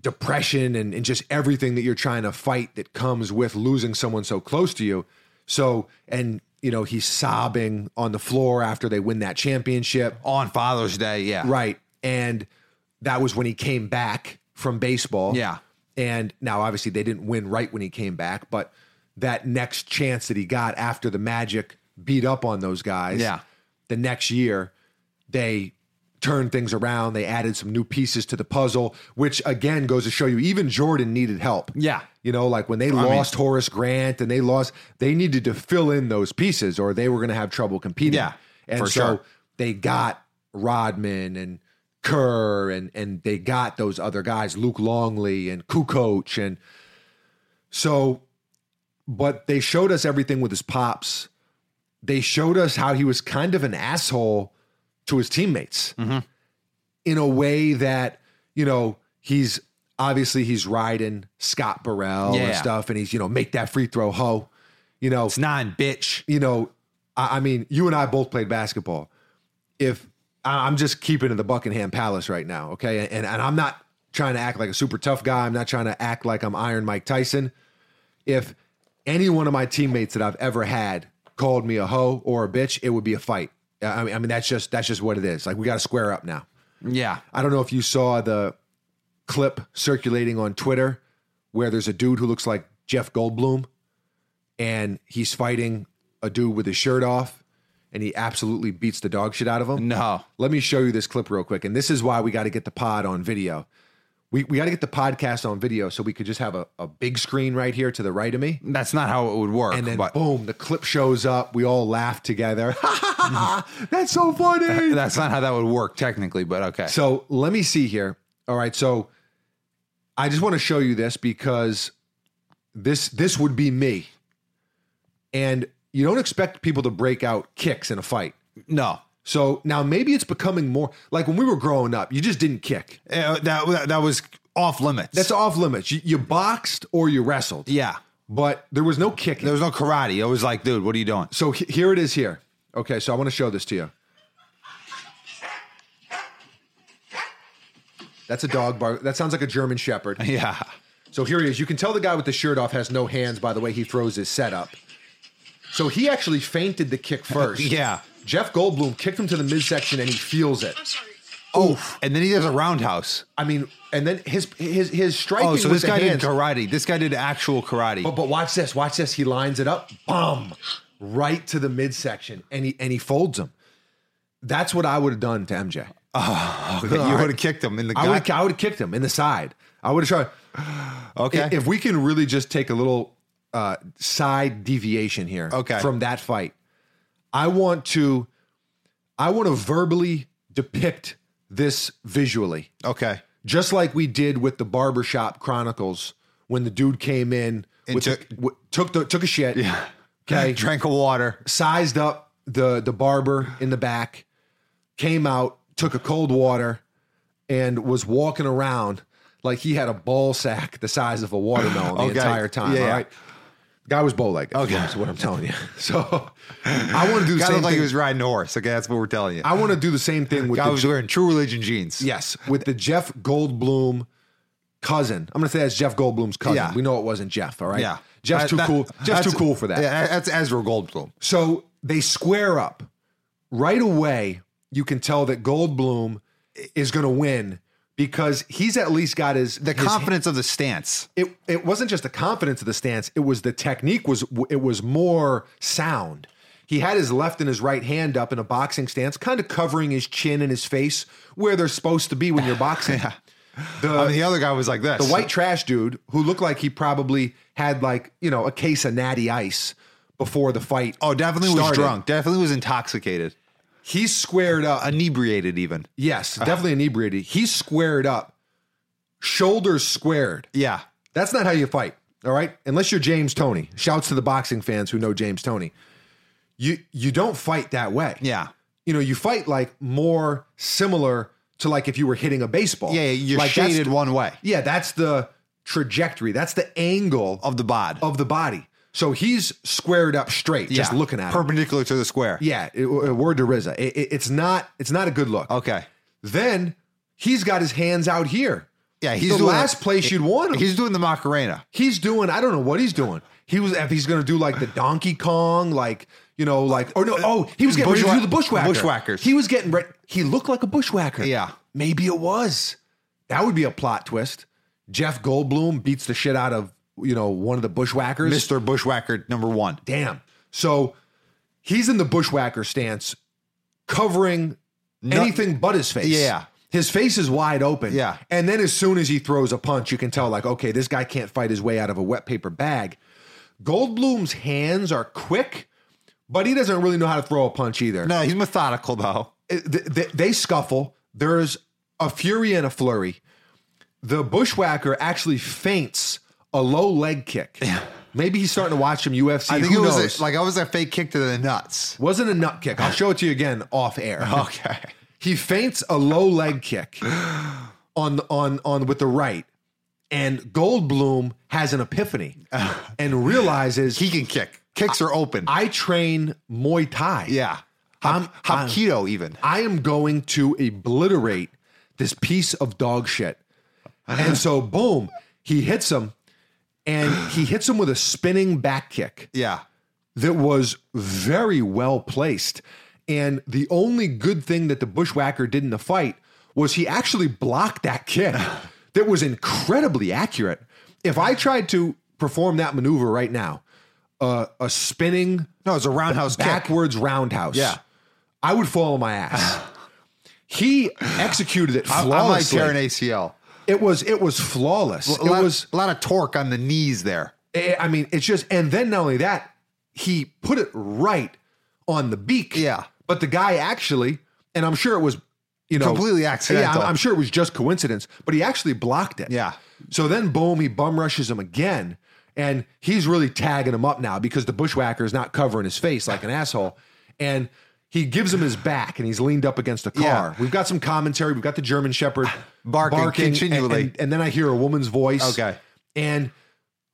A: depression and, and just everything that you're trying to fight that comes with losing someone so close to you so and you know he's sobbing on the floor after they win that championship
B: On Father's Day, yeah.
A: right and that was when he came back from baseball
B: Yeah.
A: and now, obviously, they didn't win right when he came back, but that next chance that he got after the Magic beat up on those guys,
B: Yeah.
A: the next year, they turned things around. They added some new pieces to the puzzle, which again goes to show you even Jordan needed help.
B: Yeah.
A: You know, like when they lost Horace Grant and they lost, they needed to fill in those pieces or they were going to have trouble competing.
B: Yeah,
A: And
B: for
A: so
B: sure.
A: they got Rodman and Kerr and and they got those other guys, Luke Longley and Kukoc. And so but they showed us everything with his pops. They showed us how he was kind of an asshole to his teammates in a way that, you know, he's obviously he's riding Scott Burrell and
B: Yeah.
A: stuff, and he's, you know, make that free throw, ho. You know,
B: It's nine, bitch.
A: you know, I, I mean, you and I both played basketball. If I- I'm just keeping to the Buckingham Palace right now, okay, and and I'm not trying to act like a super tough guy. I'm not trying to act like I'm Iron Mike Tyson. If any one of my teammates that I've ever had called me a hoe or a bitch, it would be a fight. I mean, I mean that's just that's just what it is. Like we got to square up now.
B: Yeah.
A: I don't know if you saw the clip circulating on Twitter where there's a dude who looks like Jeff Goldblum and he's fighting a dude with his shirt off and he absolutely beats the dog shit out of him.
B: No.
A: Let me show you this clip real quick. And this is why we got to get the pod on video. We, we got to get the podcast on video so we could just have a, a big screen right here to the right of me.
B: That's not how it would work.
A: And then
B: but
A: boom, the clip shows up. We all laugh
B: <laughs>
A: together. <laughs> That's so funny.
B: that's not how that would work technically, but okay.
A: So let me see here. All right. So I just want to show you this because this this would be me. And you don't expect people to break out kicks in a fight.
B: no.
A: So now maybe it's becoming more like when we were growing up, you just didn't kick.
B: Uh, that that was off limits.
A: That's off limits. You, you boxed or you wrestled,
B: yeah.
A: but there was no kicking.
B: There was no karate. It was like, dude, what are you doing?
A: So he- here it is here. Okay, so I want to show this to you. That's a dog bark. That sounds like a German shepherd.
B: Yeah.
A: So here he is. You can tell the guy with the shirt off has no hands by the way he throws his setup. So he actually fainted the
B: <laughs>
A: kick first.
B: Yeah.
A: Jeff Goldblum kicked him to the midsection and he feels it.
C: I'm sorry.
B: Oh, and then he does a roundhouse.
A: I mean, and then his his his striking
B: Oh, so
A: with
B: this
A: the
B: guy
A: hands. Oh,
B: did karate. This guy did actual karate.
A: But but watch this, watch this. He lines it up, boom, right to the midsection, and he and he folds him. That's what I would have done to MJ.
B: <laughs> you would have kicked him in the
A: I
B: gut.
A: would I would have kicked him in the side. I would have tried.
B: Okay.
A: If we can really just take a little uh, side deviation here,
B: Okay.
A: from that fight, I want to, I want to verbally depict this visually
B: okay.
A: just like we did with the barbershop chronicles when the dude came in
B: And
A: with
B: took-
A: the, w- took the took a shit yeah
B: <laughs>
A: okay
B: Drank a water.
A: sized up the the barber in the back came out took a cold water and was walking around like he had a ball sack the size of a watermelon the
B: Okay.
A: entire time
B: Yeah,
A: all
B: yeah.
A: right guy was bow legged okay that's what i'm telling you <laughs> so i want to do the
B: <laughs> Guy
A: same
B: looked like
A: thing
B: he was riding a horse. Okay, that's what we're telling you.
A: i want to do the same thing with
B: guy
A: the
B: was wearing True Religion jeans.
A: Yes, with the Jeff Goldblum cousin. I'm going to say that's Jeff Goldblum's cousin.
B: Yeah.
A: We know it wasn't Jeff. All right.
B: Yeah.
A: Jeff's
B: That-
A: too
B: that-
A: cool. Jeff's
B: that's-
A: too cool for that.
B: Yeah, that's Ezra Goldblum.
A: So they square up right away. You can tell that Goldblum is going to win because he's at least got his
B: The
A: his-
B: confidence of the stance.
A: It it wasn't just the confidence of the stance. It was the technique. Was it was more sound. He had his left and his right hand up in a boxing stance, kind of covering his chin and his face where they're supposed to be when you're boxing. The-
B: I mean, the other guy was like this.
A: the white trash dude who looked like he probably had like you know a case of natty ice before the fight.
B: Oh, definitely was
A: started.
B: drunk. Definitely was intoxicated,
A: He's squared
C: uh,
A: up.
B: inebriated even.
A: Yes,
B: Uh-huh.
A: definitely inebriated. He's squared up, shoulders squared.
B: Yeah.
A: That's not how you fight. All right, unless you're James Tony. Shouts to the boxing fans who know James Tony. You you don't fight that way.
B: Yeah.
A: You know you fight like more similar to like if you were hitting a baseball.
B: Yeah, you're
A: like that's-
B: shaded one way
A: Yeah, that's the trajectory. That's the angle
B: of the bod.
A: of the body. So he's squared up straight, Oh, just
B: Yeah.
A: looking at him.
B: Perpendicular to the square.
A: Yeah, it, it- word to Rizza. It- it- it's not. It's not a good look.
B: Okay.
A: Then he's got his hands out here.
B: Yeah,
A: he's
B: he's
A: the
B: doing
C: <laughs>
A: last
B: that-
A: place you'd want him. He's,
B: He's doing the Macarena.
A: doing. I don't know what he's doing. He was if he's gonna do like the Donkey Kong, like you know, like or no, oh, he was getting ready to do
B: Bushwhack-
A: the bushwhacker.
B: Uh, bushwhackers.
A: He was getting ready. He looked like a bushwhacker.
B: Yeah.
A: maybe it was. That would be a plot twist. Jeff Goldblum beats the shit out of you know one of the bushwhackers.
B: Mr. Bushwhacker number one.
A: damn. So he's in the bushwhacker stance, covering anything but his face.
B: Yeah.
A: His face is wide open.
B: Yeah.
A: And then as soon as he throws a punch, you can tell, like, okay, this guy can't fight his way out of a wet paper bag. Goldblum's hands are quick, but he doesn't really know how to throw a punch either.
B: No, he's methodical though.
A: Th- th- they scuffle. There's a fury and a flurry. The bushwhacker actually faints a low leg kick. Maybe he's starting to watch some UFC.
C: I think it
A: Who
C: was
A: knows?
C: a, like I was a fake kick to the
A: <laughs>
C: nuts.
A: Wasn't a nut kick. I'll show it to you again off air.
B: Oh.
C: Okay.
A: He feints a low leg kick on on on with the right, and Goldblum has an epiphany and realizes
C: He can kick. Kicks are open.
A: I train Muay Thai.
C: yeah.
A: I'm, I'm
C: Hapkido even.
A: I am going to obliterate this piece of dog shit. And so boom, he hits him and he hits him with a spinning back kick
C: Yeah.
A: that was very well placed. And the only good thing that the bushwhacker did in the fight was he actually blocked
C: <sighs>
A: that kick that was incredibly accurate. If I tried to perform that maneuver right now, uh, a spinning
C: No, it's a roundhouse kick.
A: backwards roundhouse,
C: Yeah.
A: I would fall on
C: <sighs>
A: my ass. he executed it
C: I I might
A: flawlessly.
C: tear an ACL.
A: it was it was flawless.
C: A
A: it
C: lot,
A: was eh,
C: a lot of torque on the knees there.
A: I I mean, it's just, and then not only that, he put it right on the beak.
C: Yeah.
A: But the guy actually, and I'm sure it was, you know,
C: Completely
A: Yeah,
C: accidental.
A: I'm, I'm sure it was just coincidence, but he actually blocked it.
C: Yeah.
A: So then, boom, he bum rushes him again, and he's really tagging him up now because the bushwhacker is not covering his face like an asshole, and. He gives him his back and he's leaned up against a car.
C: Yeah.
A: We've got some commentary. We've got the German Shepherd
C: <sighs> Barking
A: and-
C: continually.
A: and- and then I hear a woman's voice.
C: Okay.
A: And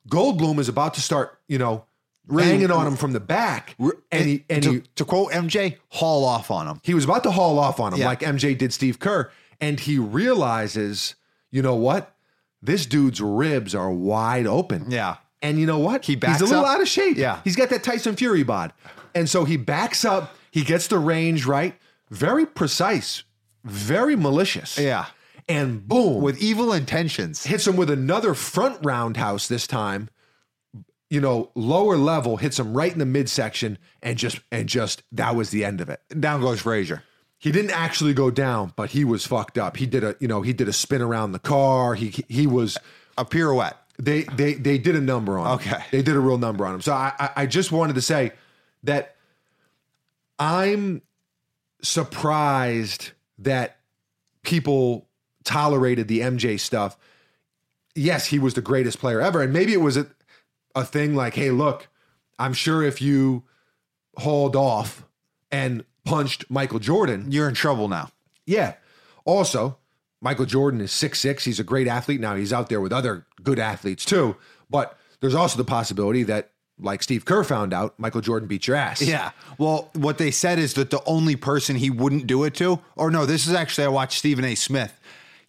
A: Goldblum is about to start, you know,
C: Really-
A: banging on him from the back, and he and
C: to,
A: he,
C: to quote MJ, haul off on him.
A: he was about to haul off on him
C: Yeah.
A: like MJ did Steve Kerr, and he realizes, you know what, this dude's ribs are wide open.
C: Yeah.
A: And you know what? He
C: backs
A: He's a little
C: up.
A: out of shape.
C: Yeah.
A: He's got that Tyson Fury bod. And so he backs up, he gets the range right, very precise, very malicious.
C: Yeah.
A: And boom.
C: With evil intentions.
A: hits him with another front roundhouse this time. You know, lower level hits him right in the midsection, and just and just that was the end of it.
C: Down goes Frazier.
A: He didn't actually go down, but he was fucked up. He did a you know he did a spin around the car. He he was
C: A pirouette.
A: they they they did a number on him.
C: Okay.
A: They did a real number on him. So I I, I just wanted to say that I'm surprised that people tolerated the MJ stuff. Yes, he was the greatest player ever, and maybe it was a a thing like, hey, look, I'm sure if you hauled off and punched Michael Jordan,
C: You're in trouble now.
A: yeah. Also, Michael Jordan is 6'6. He's a great athlete. Now he's out there with other good athletes too. But there's also the possibility that, like Steve Kerr found out, Michael Jordan beat your ass.
C: Yeah. Well, what they said is that the only person he wouldn't do it to, or no, this is actually, I watched Stephen A. Smith.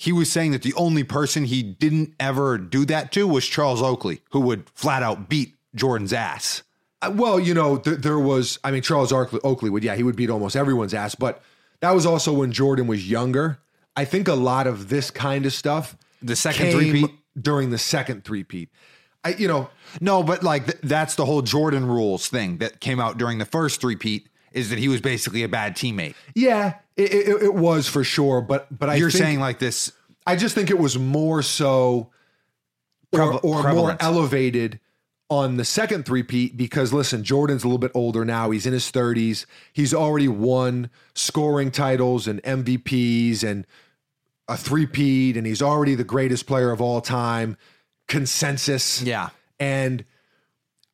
C: He was saying that the only person he didn't ever do that to was Charles Oakley, who would flat out beat Jordan's ass.
A: Uh, Well, you know, th- there was, I mean, Charles Oakley, Oakley would, yeah, he would beat almost everyone's ass. But that was also when Jordan was younger. I think a lot of this kind of stuff.
B: The second
A: came
B: three-peat?
A: During the second three-peat. I, you know,
C: No, but like th- that's the whole Jordan rules thing that came out during the first three-peat is that he was basically a bad teammate.
A: yeah, it, it, it was for sure. But, but I
C: You're
A: think-
C: saying like this
A: I just think it was more so or,
C: Preval-
A: or more
C: prevalent.
A: elevated on the second three-peat because listen, Jordan's a little bit older now. He's in his 30s. He's already won scoring titles and MVPs and a three-peat, and he's already the greatest player of all time. Consensus.
C: Yeah.
A: And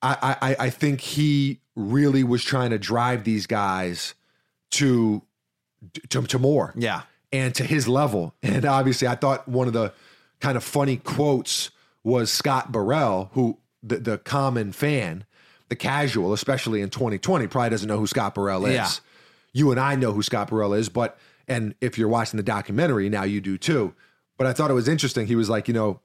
A: I, I, I- I think he really was trying to drive these guys to to, to more
C: Yeah.
A: and to his level. And obviously, I thought one of the kind of funny quotes was Scott Burrell, who the, the common fan, the casual, especially in 2020, probably doesn't know who Scott Burrell is.
C: Yeah.
A: You and I know who Scott Burrell is, but and if you're watching the documentary now, you do too. But I thought it was interesting. He was like, you know,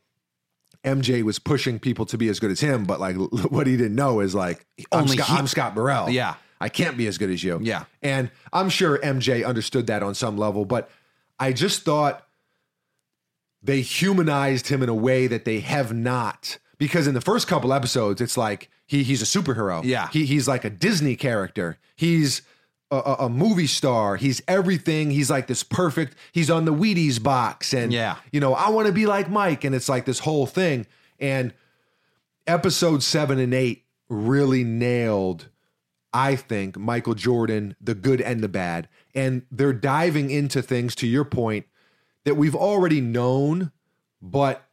A: MJ was pushing people to be as good as him, but like <laughs> what he didn't know is like I'm,
C: Only
A: Scott,
C: he-
A: I'm Scott Burrell.
C: Yeah.
A: I can't be as good as you.
C: Yeah.
A: And I'm sure MJ understood that on some level, but I just thought they humanized him in a way that they have not. Because in the first couple episodes, it's like he he's a superhero.
C: Yeah.
A: He he's like a Disney character. He's a, a, a movie star. He's everything. He's like this perfect. He's on the Wheaties box, and
C: Yeah.
A: you know, I want to be like Mike, and it's like this whole thing. And episode seven and eight really nailed, I think, Michael Jordan, the good and the bad. And they're diving into things, to your point, that we've already known, but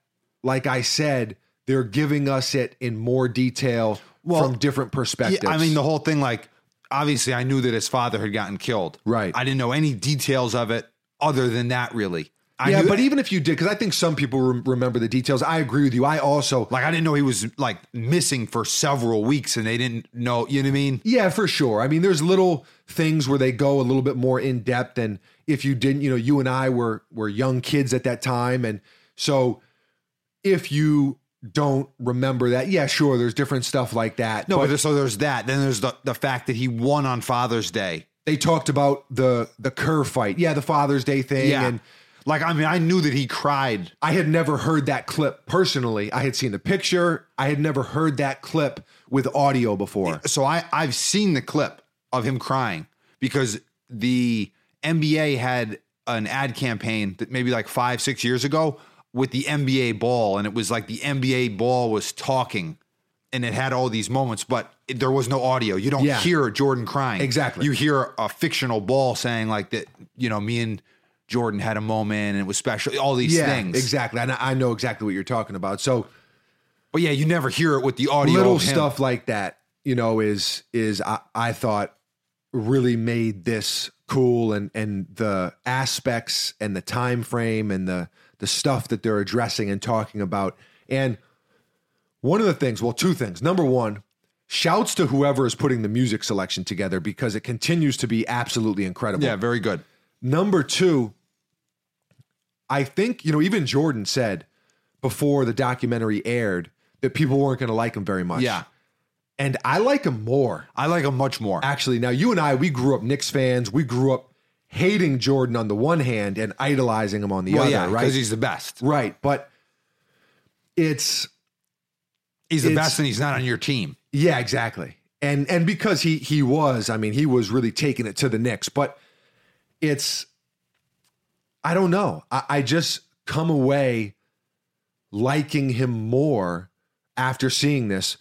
A: like I said, they're giving us it in more detail from different perspectives.
B: Yeah, I mean, the whole thing, like, obviously, I knew that his father had gotten killed.
A: Right.
B: I didn't know any details of it other than that, really. I
A: yeah,
B: knew,
A: but even if you did, because I think some people rem- remember the details. I agree with you. I also,
B: like, I didn't know he was, like, missing for several weeks and they didn't know, you know what I mean?
A: yeah, for sure. I mean, there's little things where they go a little bit more in depth, and if you didn't, you know, you and I were were young kids at that time, and so if you don't remember that, yeah, sure, there's different stuff like that.
B: No, but, so there's that. Then there's the, the fact that he won on Father's Day.
A: they talked about the the Kerr fight, yeah, the Father's Day thing,
B: Yeah.
A: and
B: like, I mean, I knew that he cried.
A: I had never heard that clip personally. I had seen the picture. I had never heard that clip with audio before.
B: So I, I've seen the clip of him crying because the NBA had an ad campaign that maybe like five, six years ago with the NBA ball. And it was like the NBA ball was talking and it had all these moments, but it- there was no audio. You don't
A: Yeah.
B: hear Jordan crying.
A: Exactly.
B: You hear a fictional ball saying, like, that, you know, me and Jordan had a moment and it was special, all these things.
A: exactly. And I I know exactly what you're talking about. So
B: But yeah, you never hear it with the audio.
A: little
B: of him.
A: stuff like that, you know, is is I, I thought really made this cool and and the aspects and the time frame and the the stuff that they're addressing and talking about. And one of the things, well, two things. Number one, shouts to whoever is putting the music selection together because it continues to be absolutely incredible.
B: Yeah, very good.
A: Number two, I think, you know, even Jordan said before the documentary aired that people weren't going to like him very much.
B: Yeah.
A: And I like him more,
B: I like him much more.
A: actually. Now, you and I, we grew up Knicks fans. We grew up hating Jordan on the one hand and idolizing him on the
B: well,
A: other,
B: yeah, because
A: right?
B: he's the best.
A: right. But it's,
B: He's the
A: It's-
B: best, and he's not on your team.
A: yeah, exactly. And and because he he was, I mean, he was really taking it to the Knicks, but it's I don't know. I, I just come away liking him more after seeing this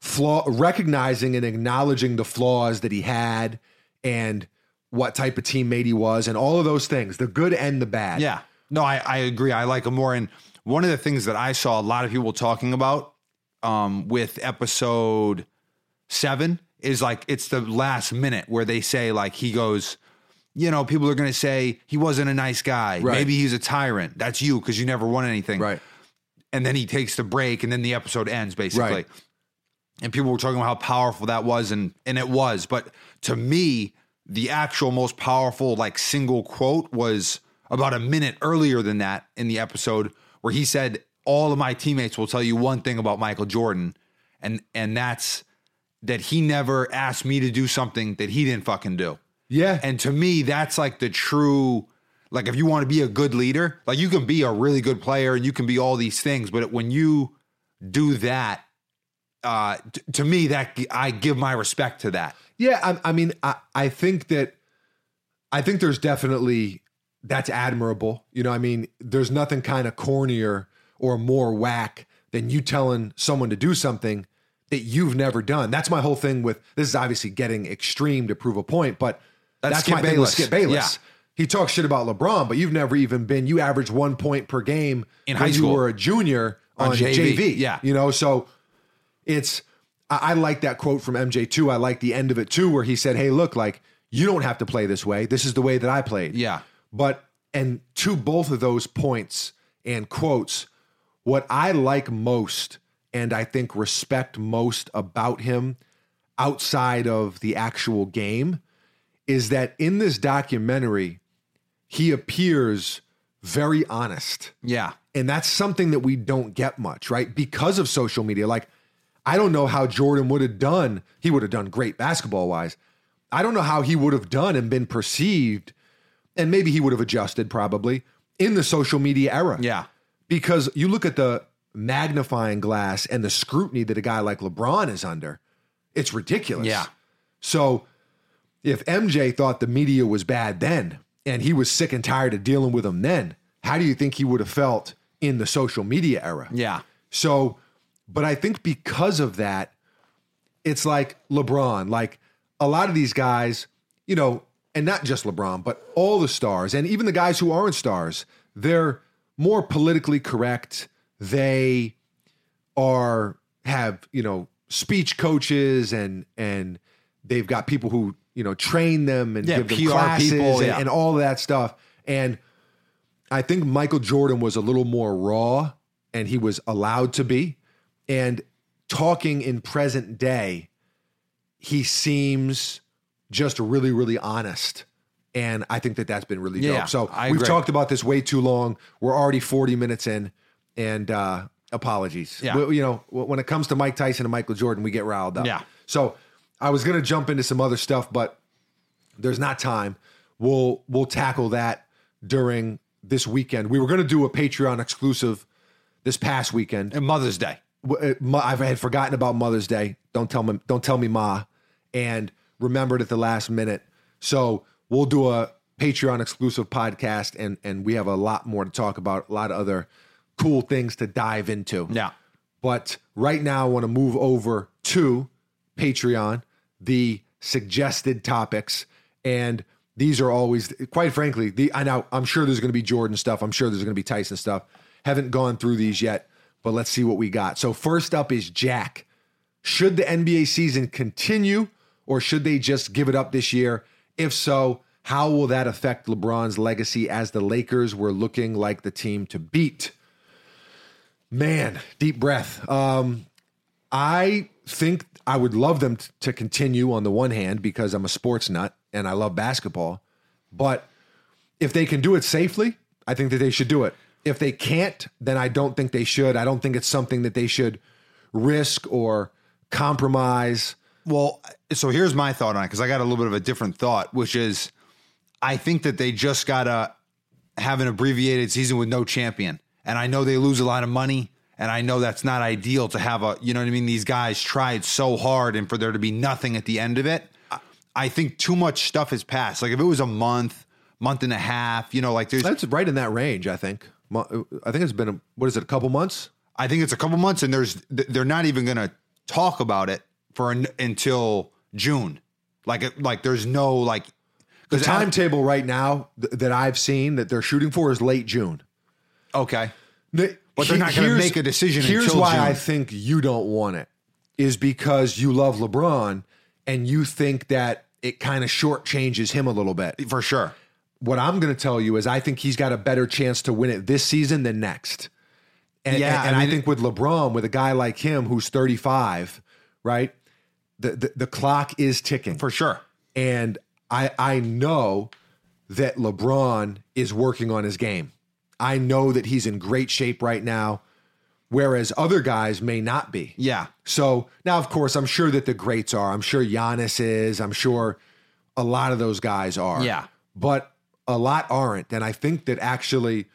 A: flaw recognizing and acknowledging the flaws that he had and what type of teammate he was and all of those things, the good and the bad.
B: Yeah. No, I, I agree. I like him more. And one of the things that I saw a lot of people talking about um, with episode seven is like it's the last minute where they say, like, he goes, you know, people are going to say he wasn't a nice guy.
A: Right.
B: Maybe he's a tyrant. That's you because you never won anything.
A: Right.
B: And then he takes the break and then the episode ends basically.
A: Right.
B: And people were talking about how powerful that was and and it was, but to me the actual most powerful like single quote was about a minute earlier than that in the episode where he said all of my teammates will tell you one thing about Michael Jordan and and that's that he never asked me to do something that he didn't fucking do.
A: Yeah.
B: And to me, that's like the true, like if you want to be a good leader, like you can be a really good player and you can be all these things, but when you do that, uh, t- to me, that I give my respect to that.
A: Yeah, I, I mean, I, I think that I think there's definitely that's admirable. You know, I mean, there's nothing kind of cornier or more whack than you telling someone to do something that you've never done. That's my whole thing with this is obviously getting extreme to prove a point, but
B: That's
A: that's,
B: Skip
A: my thing with
B: Bayless.
A: Skip Bayless.
B: Yeah.
A: He talks shit about LeBron, but you've never even been. You averaged one point per game when
B: In high school.
A: You were a junior on,
B: JV.
A: JV.
B: Yeah.
A: you know, so it's I, I like that quote from MJ too. I like the end of it too, where he said, "Hey, look, like you don't have to play this way. This is the way that I played."
B: Yeah.
A: But and to both of those points and quotes, what I like most and I think respect most about him outside of the actual game is that in this documentary, he appears very honest.
B: Yeah.
A: And that's something that we don't get much, right? Because of social media. Like, I don't know how Jordan would have done. He would have done great basketball wise. I don't know how he would have done and been perceived. And maybe he would have adjusted probably in the social media era.
B: Yeah.
A: Because you look at the magnifying glass and the scrutiny that a guy like LeBron is under, it's ridiculous.
B: Yeah.
A: So if MJ thought the media was bad then and he was sick and tired of dealing with them then, how do you think he would have felt in the social media era?
B: Yeah.
A: So, but I think because of that, it's like LeBron, like a lot of these guys, you know, and not just LeBron, but all the stars and even the guys who aren't stars, they're more politically correct. They are have you know speech coaches and and they've got people who you know train them and
B: Yeah,
A: give them
B: PR
A: classes
B: people,
A: and,
B: yeah.
A: and all that stuff. And I think Michael Jordan was a little more raw, and he was allowed to be. And talking in present day, he seems just really, really honest. And I think that that's been really
D: Yeah,
A: dope. So
D: I
A: we've
D: agree.
A: talked about this way too long. We're already 40 minutes in, and uh, apologies.
D: Yeah.
A: We- you know, w- when it comes to Mike Tyson and Michael Jordan, we get riled up.
D: Yeah.
A: So I was going to jump into some other stuff, but there's not time. We'll we'll tackle that during this weekend. We were going to do a Patreon exclusive this past weekend.
D: And Mother's Day.
A: W- uh, Mo- I had forgotten about Mother's Day. Don't tell me don't tell me ma and remembered at the last minute. So, we'll do a Patreon exclusive podcast and and we have a lot more to talk about, a lot of other cool things to dive into.
D: Yeah.
A: But right now, I want to move over to Patreon, the suggested topics. And these are always, quite frankly, the I know I'm sure there's going to be Jordan stuff. I'm sure there's going to be Tyson stuff. Haven't gone through these yet, but let's see what we got. So, first up is Jack. Should the NBA season continue or should they just give it up this year? If so, how will that affect LeBron's legacy as the Lakers were looking like the team to beat? Man, deep breath. Um, I think I would love them t- to continue on the one hand because I'm a sports nut and I love basketball. But if they can do it safely, I think that they should do it. If they can't, then I don't think they should. I don't think it's something that they should risk or compromise.
B: Well, so here's my thought on it because I got a little bit of a different thought, which is I think that they just got to have an abbreviated season with no champion. And I know they lose a lot of money. And I know that's not ideal to have a, you know what I mean? These guys tried so hard and for there to be nothing at the end of it. I- I think too much stuff has passed. Like if it was a month, month and a half, you know, like there's,
A: That's right in that range, I think. Mo- I think it's been, a, what is it, a couple months?
B: I think it's a couple months and there's, th- they're not even going to talk about it for an, until June. Like, it, like there's no like,
A: The
B: 'cause I-
A: timetable right now th- that I've seen that they're shooting for is late June.
B: Okay.
A: But
B: But they're not gonna make a decision
A: Here's
B: until
A: why
B: June.
A: I think you don't want it is because you love LeBron and you think that it kind of shortchanges him a little bit.
B: For sure.
A: What I'm going to tell you is I think he's got a better chance to win it this season than next. And,
B: Yeah,
A: and, and
B: I
A: I,
B: mean-
A: think with LeBron, with a guy like him who's 35, right? The the, the clock is ticking.
B: For sure.
A: and I I know that LeBron is working on his game. I know that he's in great shape right now, whereas other guys may not be.
B: Yeah.
A: So now, of course, I'm sure that the greats are. I'm sure Giannis is. I'm sure a lot of those guys are.
D: Yeah.
A: But a lot aren't. And I think that actually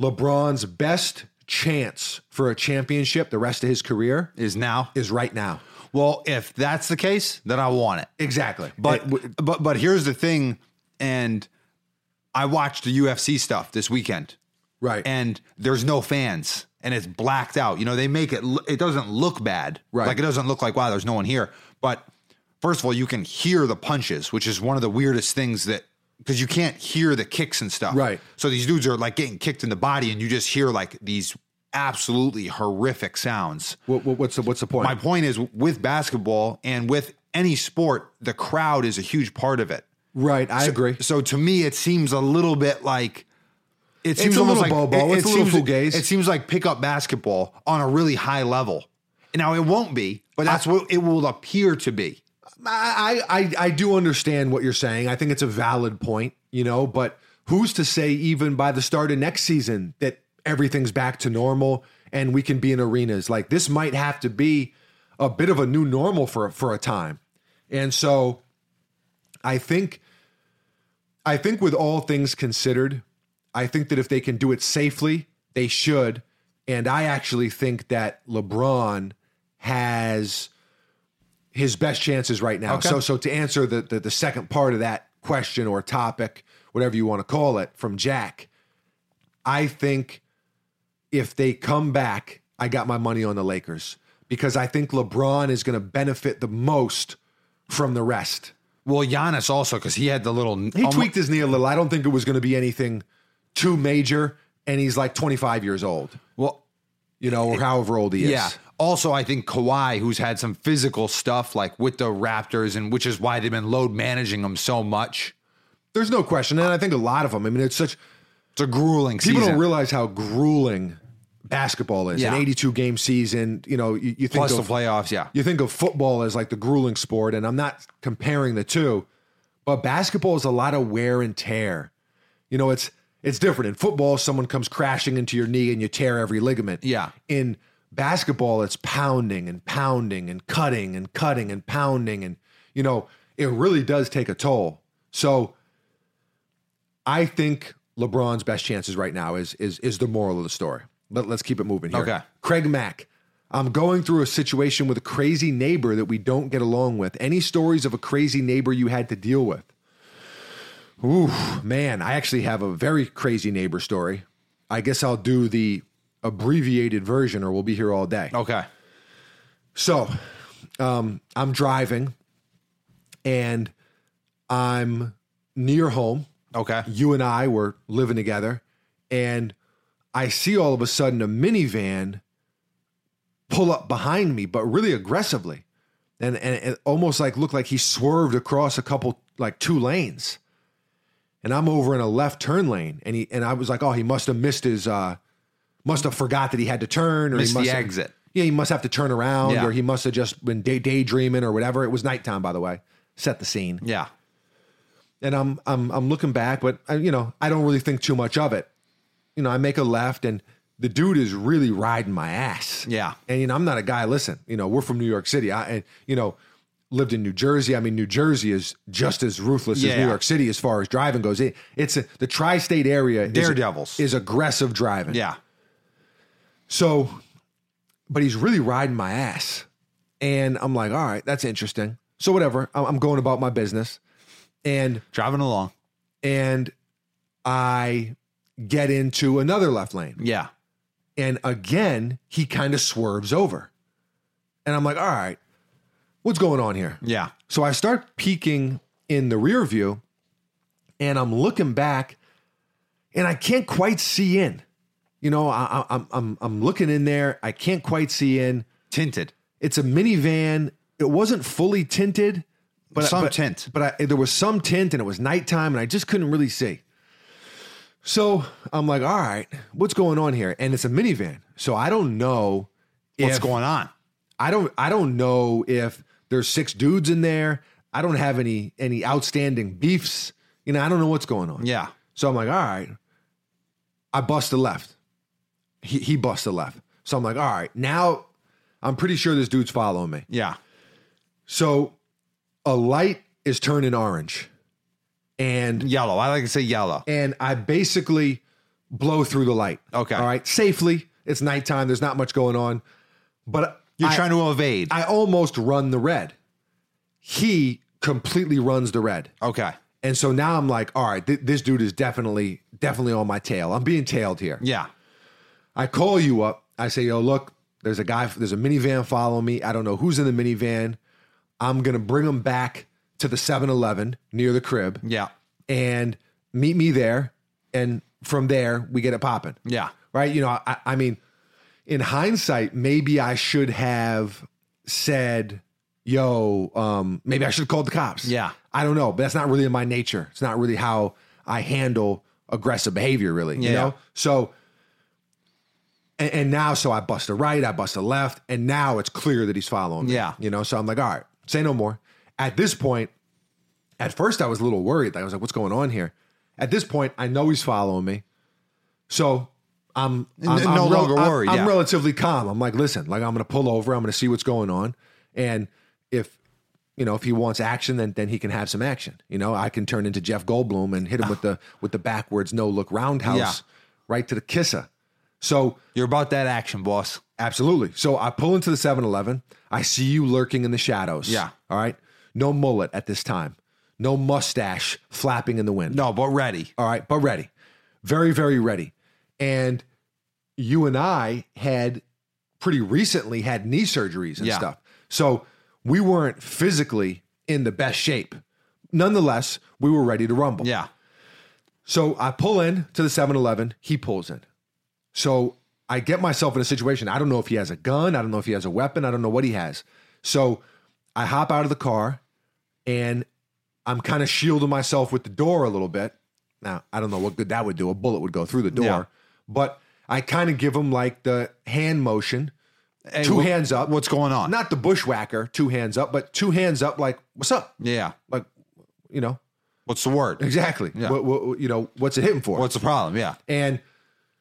A: LeBron's best chance for a championship the rest of his career
B: Is now.
A: is right now.
B: Well, if that's the case, then I want it.
A: Exactly.
B: But but but here's the thing and I watched the UFC stuff this weekend
A: right.
B: and there's no fans and it's blacked out. You know, they make it lo- it doesn't look bad.
A: Right.
B: Like it doesn't look like wow, there's no one here. But first of all, you can hear the punches, which is one of the weirdest things that because you can't hear the kicks and stuff.
A: Right.
B: So these dudes are like getting kicked in the body and you just hear like these absolutely horrific sounds.
A: What, what, what's the what's the point?
B: my point is with basketball and with any sport, the crowd is a huge part of it.
A: right. I agree.
B: So to me, it seems a little bit like it seems
A: a
B: almost
A: little
B: like
A: bobo,
B: It,
A: it's
B: it
A: a little
B: seems,
A: fugazi.
B: It seems like pickup basketball on a really high level. Now it won't be, but that's what it will appear to be.
A: I, I I- I do understand what you're saying. I think it's a valid point, you know, but who's to say even by the start of next season that everything's back to normal and we can be in arenas? Like this might have to be a bit of a new normal for for a time. And so I think I think with all things considered, I think that if they can do it safely, they should. And I actually think that LeBron has his best chances right now. So so to answer the, the the second part of that question or topic, whatever you want to call it, from Jack, I think if they come back, I got my money on the Lakers because I think LeBron is going to benefit the most from the rest.
D: Well, Giannis also because he had the little.
A: He
B: oh
A: tweaked his knee a little. I don't think it was going to be anything too major, and he's like 25 years old.
D: Well,
A: you know, or however old he is.
B: Yeah. Also, I think Kawhi, who's had some physical stuff like with the Raptors, and which is why they've been load managing him so much.
A: There's no question. And I think a lot of them, I mean, it's such,
B: It's a grueling
A: people
B: season.
A: don't realize how grueling basketball is.
B: Yeah.
A: An 82 game season, you know, you, you think
B: Plus the
A: of-
B: playoffs, yeah.
A: you think of football as like the grueling sport, and I'm not comparing the two, but basketball is a lot of wear and tear. You know, it's it's different. In football, someone comes crashing into your knee and you tear every ligament.
B: Yeah.
A: In basketball, it's pounding and pounding and cutting and cutting and pounding and you know, it really does take a toll. So I think LeBron's best chances right now is is is the moral of the story. Let, let's keep it moving here.
B: Okay.
A: Craig Mack. I'm going through a situation with a crazy neighbor that we don't get along with. Any stories of a crazy neighbor you had to deal with? <sighs> Ooh, man, I actually have a very crazy neighbor story. I guess I'll do the abbreviated version or we'll be here all day.
B: Okay.
A: So um, I'm driving and I'm near home.
B: Okay.
A: You and I were living together. And I see all of a sudden a minivan pull up behind me, but really aggressively. And, and it almost like looked like he swerved across a couple, like two lanes. And I'm over in a left turn lane. And he and I was like, oh, he must have missed his uh must have forgot that he had to turn or
B: Missed
A: he
B: the
A: must
B: exit.
A: yeah, he must have to turn around
B: Yeah.
A: or he must have just been day, daydreaming or whatever. It was nighttime, by the way. Set the scene.
B: Yeah.
A: And I'm I'm I'm looking back, but I, you know, I don't really think too much of it. You know, I make a left and the dude is really riding my ass.
B: Yeah.
A: And you know, I'm not a guy, listen, you know, we're from New York City. I and you know, lived in New Jersey. I mean, New Jersey is just as ruthless as
B: Yeah.
A: New York City as far as driving goes. It, it's a, the tri-state area is-
B: Daredevils.
A: is aggressive driving.
B: Yeah.
A: So, but he's really riding my ass. And I'm like, all right, that's interesting. So whatever, I'm I'm going about my business. And
B: Driving along.
A: and I get into another left lane.
B: Yeah.
A: And again, he kind of swerves over. And I'm like, all right, what's going on here?
B: Yeah.
A: So I start peeking in the rear view and I'm looking back and I can't quite see in. You know, I, I, I'm, I'm, I'm looking in there. I can't quite see in.
B: Tinted.
A: It's a minivan. It wasn't fully tinted, but
B: Some
A: but-
B: tint.
A: But I, there was some tint, and it was nighttime, and I just couldn't really see. So I'm like, all right, what's going on here? And it's a minivan, so I don't know
B: What's
A: if
B: going on?
A: I don't I don't know if there's six dudes in there. I don't have any any outstanding beefs. You know, I don't know what's going on.
B: Yeah.
A: So I'm like, all right. I bust a left. He he busts a left. So I'm like, all right, now I'm pretty sure this dude's following me.
B: Yeah.
A: So a light is turning orange. And
B: Yellow. I like to say yellow.
A: and I basically blow through the light.
B: Okay.
A: All right. Safely. It's nighttime. There's not much going on. But
B: You're
A: I-
B: trying to evade.
A: I almost run the red. He completely runs the red.
B: okay.
A: And so now I'm like, all right, th- this dude is definitely, definitely on my tail. I'm being tailed here.
B: Yeah.
A: I call you up. I say, yo, look, there's a guy, there's a minivan following me. I don't know who's in the minivan. I'm going to bring him back to the 7 Eleven near the crib
B: Yeah.
A: and meet me there. And from there, we get it popping
B: Yeah.
A: right? You know, I, I mean, in hindsight, maybe I should have said, "Yo, um, maybe I should have called the cops."
B: Yeah.
A: I don't know, but that's not really in my nature. It's not really how I handle aggressive behavior, really. You
B: Yeah.
A: know, so. And, and now, so I bust a right, I bust a left, and now it's clear that he's following me.
B: Yeah.
A: you know. So I'm like, all right, say no more. At this point, at first I was a little worried. Like I was like, what's going on here? At this point, I know he's following me. So I'm, I'm,
B: no
A: I'm
B: longer
A: I'm-
B: worried,
A: I'm,
B: yeah.
A: relatively calm. I'm like, listen, like I'm gonna pull over, I'm gonna see what's going on. And if you know, if he wants action, then then he can have some action. You know, I can turn into Jeff Goldblum and hit him with the with the backwards no look roundhouse
B: Yeah.
A: right to the kisser. So
B: You're about that action, boss.
A: Absolutely. So I pull into the 7 Eleven. I see you lurking in the shadows.
B: Yeah.
A: All right. No mullet at this time, no mustache flapping in the wind.
B: No, but ready.
A: All right. But ready. Very, very ready. And you and I had pretty recently had knee surgeries and
B: Yeah.
A: stuff. So we weren't physically in the best shape. Nonetheless, we were ready to rumble.
B: Yeah.
A: So I pull in to the 7 Eleven. He pulls in. So I get myself in a situation. I don't know if he has a gun. I don't know if he has a weapon. I don't know what he has. So I hop out of the car and I'm kind of shielding myself with the door a little bit. Now, I don't know what good that would do. A bullet would go through the door.
C: Yeah.
A: But I kind of give him like the hand motion,
C: Hey,
A: two
C: wh-
A: hands up.
C: What's going on?
A: Not the bushwhacker, two hands up, but two hands up like, what's up?
C: yeah.
A: Like, you know, <laughs>
C: What's the word?
A: exactly.
C: Yeah.
A: What, what- you know, what's it hitting for?
C: What's the problem? Yeah.
A: and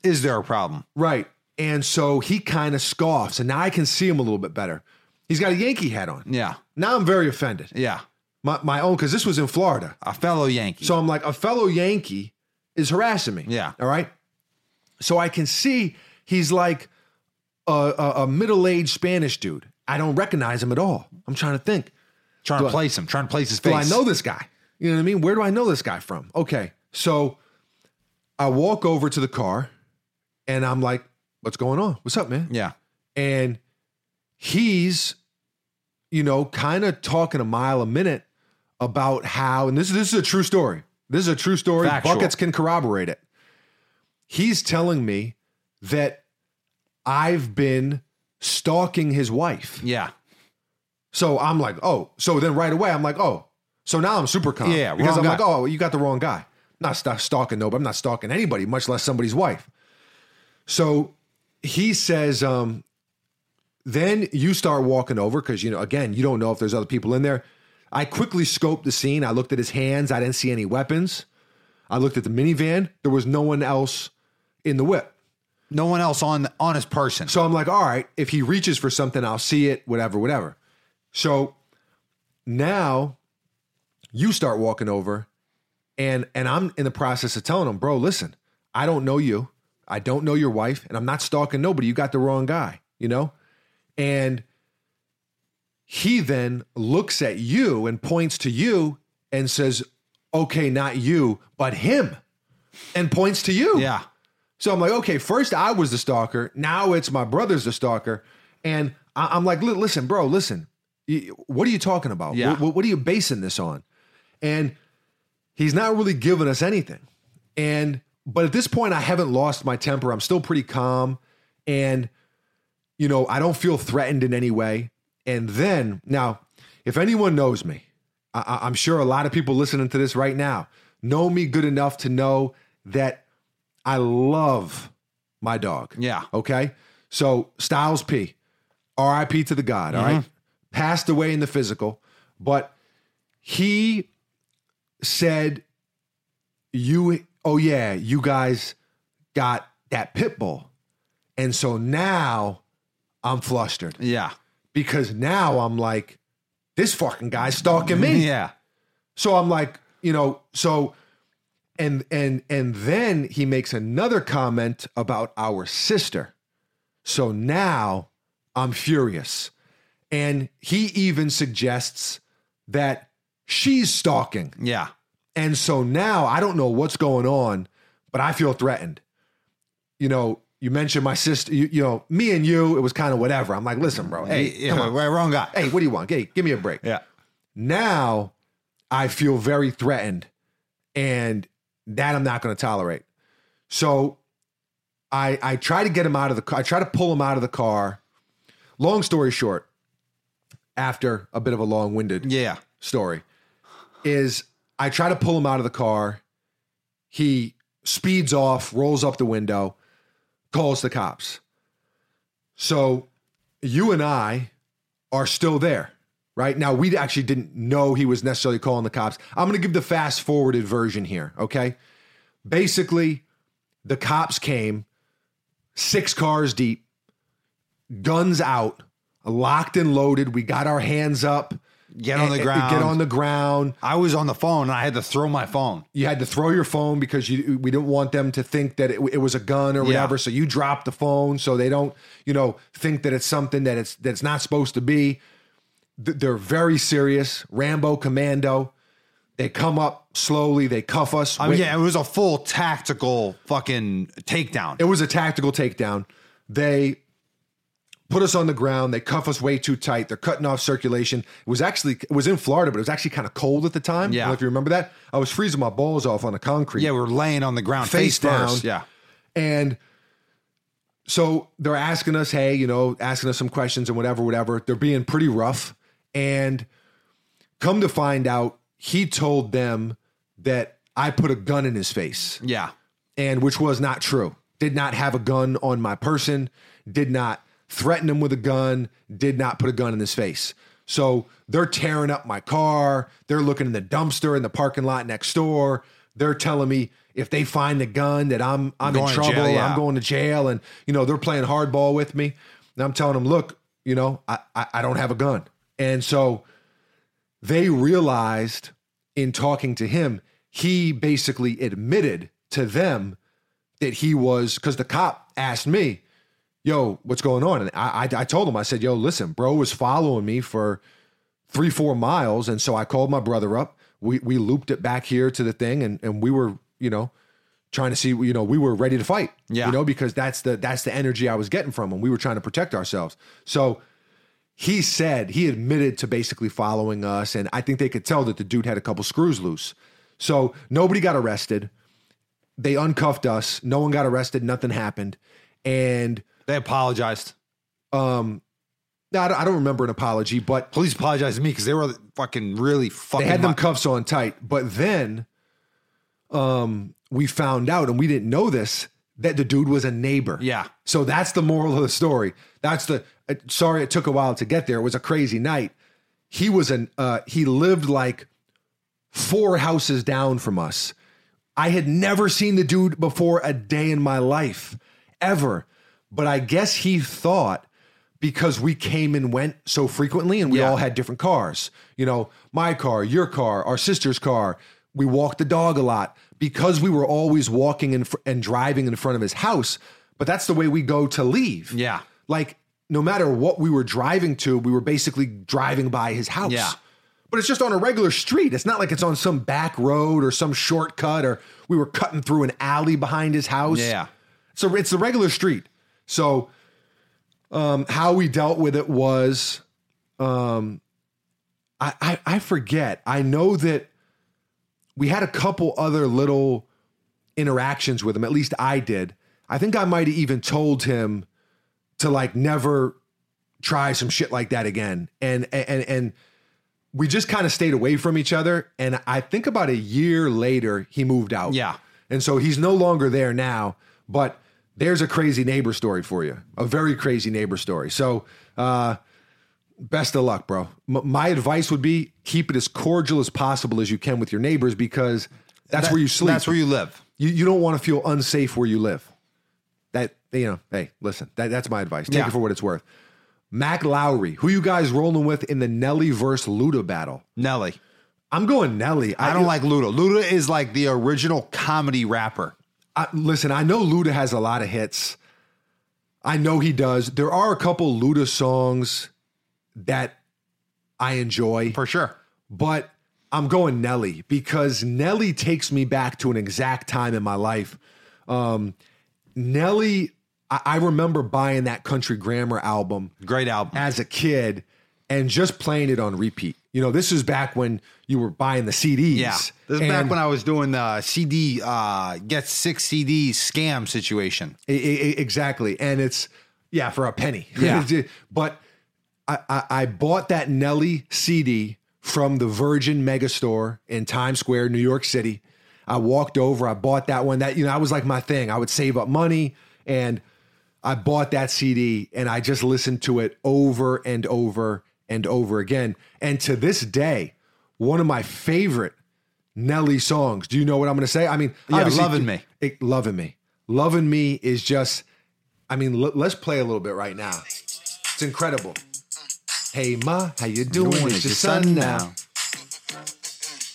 C: Is there a problem?
A: Right. And so he kind of scoffs, and now I can see him a little bit better. He's got a Yankee hat on.
C: Yeah.
A: Now I'm very offended.
C: Yeah.
A: My, my own, because this was in Florida.
C: A fellow Yankee.
A: So I'm like, a fellow Yankee is harassing me.
C: Yeah.
A: All right. So I can see he's like a, a, a middle aged Spanish dude. I don't recognize him at all. I'm trying to think.
C: trying to place him, trying to place his face.
A: Well, I know this guy. You know what I mean? Where do I know this guy from? Okay. So I walk over to the car and I'm like, what's going on? What's up, man?
C: Yeah.
A: and he's you know kind of talking a mile a minute about how and this this is a true story this is a true story
C: Factual.
A: buckets can corroborate it he's telling me that i've been stalking his wife
C: Yeah.
A: so i'm like oh so then right away i'm like oh so now i'm super calm
C: Yeah,
A: because i'm
C: wrong
A: like
C: guy.
A: oh you got the wrong guy not st- stalking nobody i'm not stalking anybody much less somebody's wife so he says, um, then you start walking over because you know again you don't know if there's other people in there. I quickly scoped the scene. I looked at his hands. I didn't see any weapons. I looked at the minivan. There was no one else in the whip.
C: No one else on on his person.
A: So I'm like, all right, if he reaches for something, I'll see it, whatever, whatever. So now you start walking over and and I'm in the process of telling him, bro, listen, I don't know you. I don't know your wife, and I'm not stalking nobody. You got the wrong guy, you know? And he then looks at you and points to you and says, okay, not you, but him, and points to you.
C: yeah.
A: So I'm like, okay, first I was the stalker. Now it's my brother's the stalker. And I- I'm like, li- listen, bro, listen, Y- what are you talking about?
C: Yeah.
A: What, what are you basing this on? And he's not really giving us anything. And, but at this point, I haven't lost my temper. I'm still pretty calm. And, you know, I don't feel threatened in any way. And then, now, if anyone knows me, I- I- I'm sure a lot of people listening to this right now know me good enough to know that I love my dog.
C: Yeah.
A: Okay. So Styles P, RIP to the God. all right. Passed away in the physical, but he said, You, oh yeah, you guys got that pit bull. And so now I'm flustered
C: Yeah.
A: because now I'm like, this fucking guy's stalking me.
C: Yeah.
A: So I'm like, you know, so and and and then he makes another comment about our sister. So now I'm furious. And he even suggests that she's stalking.
C: Yeah.
A: And so now I don't know what's going on, but I feel threatened. You know, you mentioned my sister, you, you know, me and you, it was kind of whatever. I'm like, listen, bro, hey,
C: yeah,
A: come on.
C: right, wrong guy.
A: Hey, what do you want? Hey, give me a break
C: Yeah.
A: now I feel very threatened and that I'm not going to tolerate. So I I try to get him out of the car. I try to pull him out of the car. Long story short, after a bit of a long-winded
C: Yeah.
A: story is I try to pull him out of the car. He speeds off, rolls up the window, calls the cops. So you and I are still there, right? Now, we actually didn't know he was necessarily calling the cops. I'm going to give the fast forwarded version here, okay? Basically, the cops came six cars deep, guns out, locked and loaded. We got our hands up.
C: Get on the
A: And-
C: ground.
A: Eh, Get on the ground.
C: I was on the phone and I had to throw my phone.
A: You had to throw your phone because you we didn't want them to think that it, it was a gun or whatever. So you dropped the phone so they don't, you know, think that it's something that it's that's not supposed to be. Th- They're very serious. Rambo Commando. They come up slowly. They cuff us.
C: I
A: Wait-
C: mean, Oh, yeah, it was a full tactical fucking takedown.
A: It was a tactical takedown. They put us on the ground. They cuff us way too tight. They're cutting off circulation. It was actually it was in Florida, but it was actually kind of cold at the time. I don't
C: Yeah.
A: know if you remember that, I was freezing my balls off on the concrete.
C: yeah, we were laying on the ground
A: Face
C: face,
A: down.
C: first. Yeah.
A: And So they're asking us, hey, you know, asking us some questions and whatever, whatever. They're being pretty rough. And come to find out, he told them that I put a gun in his face,
B: Yeah.
A: and which was not true. Did not have a gun on my person, did not threaten him with a gun, did not put a gun in his face. So they're tearing up my car. They're looking in the dumpster in the parking lot next door. They're telling me if they find the gun that I'm I'm in
B: Going to
A: trouble.
B: jail, yeah.
A: I'm going to jail, and you know they're playing hardball with me. And I'm telling them, look, you know, I I, I don't have a gun. And so they realized in talking to him, he basically admitted to them that he was because the cop asked me, "Yo, what's going on?" And I, I I told him, I said, "Yo, listen, bro was following me for three four miles, and so I called my brother up. We we looped it back here to the thing, and and we were you know trying to see you know we were ready to fight,
B: Yeah.
A: you know because that's the that's the energy I was getting from him. We were trying to protect ourselves, so." he said he admitted to basically following us and i think they could tell that the dude had a couple screws loose so nobody got arrested they uncuffed us no one got arrested nothing happened and
B: They apologized.
A: no, I don't- I don't remember an apology but
B: Police apologized to me because they were fucking really fucking.
A: they had them
B: my-
A: cuffs on tight but then um we found out and we didn't know this that the dude was a neighbor
B: Yeah.
A: so that's the moral of the story that's the uh, sorry it took a while to get there it was a crazy night he was an uh he lived like four houses down from us. I had never seen the dude before a day in my life, ever. But I guess he thought because we came and went so frequently and we
B: Yeah.
A: all had different cars, you know, my car, your car, our sister's car. We walked the dog a lot because we were always walking in fr- and driving in front of his house. But that's the way we go to leave.
B: Yeah.
A: Like, no matter what we were driving to, we were basically driving by his house
B: Yeah.
A: but it's just on a regular street. It's not like it's on some back road or some shortcut or we were cutting through an alley behind his house.
B: Yeah.
A: So it's the regular street. So um, how we dealt with it was um, I, I I forget. I know that we had a couple other little interactions with him. At least I did. I think I might have even told him to like never try some shit like that again. And and and we just kind of stayed away from each other. And I think about a year later, he moved out.
B: Yeah.
A: And so he's no longer there now. But there's a crazy neighbor story for you. A very crazy neighbor story. So uh best of luck, bro. M- my advice would be keep it as cordial as possible as you can with your neighbors because that's where you sleep.
C: That's where you live.
A: you, you don't want to feel unsafe where you live. That you know, hey, listen, that, that's my advice. Take
B: Yeah.
A: it for what it's worth. Mac Lowry, who you guys rolling with in the Nelly versus Luda battle?
C: Nelly.
A: I'm going Nelly.
C: I don't like Luda. Luda is like the original comedy rapper.
A: I, listen, I know Luda has a lot of hits. I know he does. There are a couple Luda songs that I enjoy.
C: For sure.
A: but I'm going Nelly because Nelly takes me back to an exact time in my life. Um, Nelly, I, I remember buying that Country Grammar album
B: Great album.
A: as a kid and just playing it on repeat. You know, this is back when you were buying the CDs.
B: Yeah.
C: This is back
A: And
C: when I was doing the CD, uh, get six CD scam situation.
A: I- I- I- E, exactly. And it's yeah for a penny. <laughs>
B: Yeah.
A: but I, I I bought that Nelly CD from the Virgin Megastore in Times Square, New York City. I walked over. I bought that one. That you know, I was like my thing. I would save up money and I bought that CD and I just listened to it over and over and over again. And to this day, one of my favorite Nelly songs. Do you know what I'm going to say? I mean, yeah,
B: Lovin' Me.
A: loving me, loving me is just. I mean, l- let's play a little bit right now. It's incredible. Hey ma, how you doing?
C: Doing
A: it's your son now.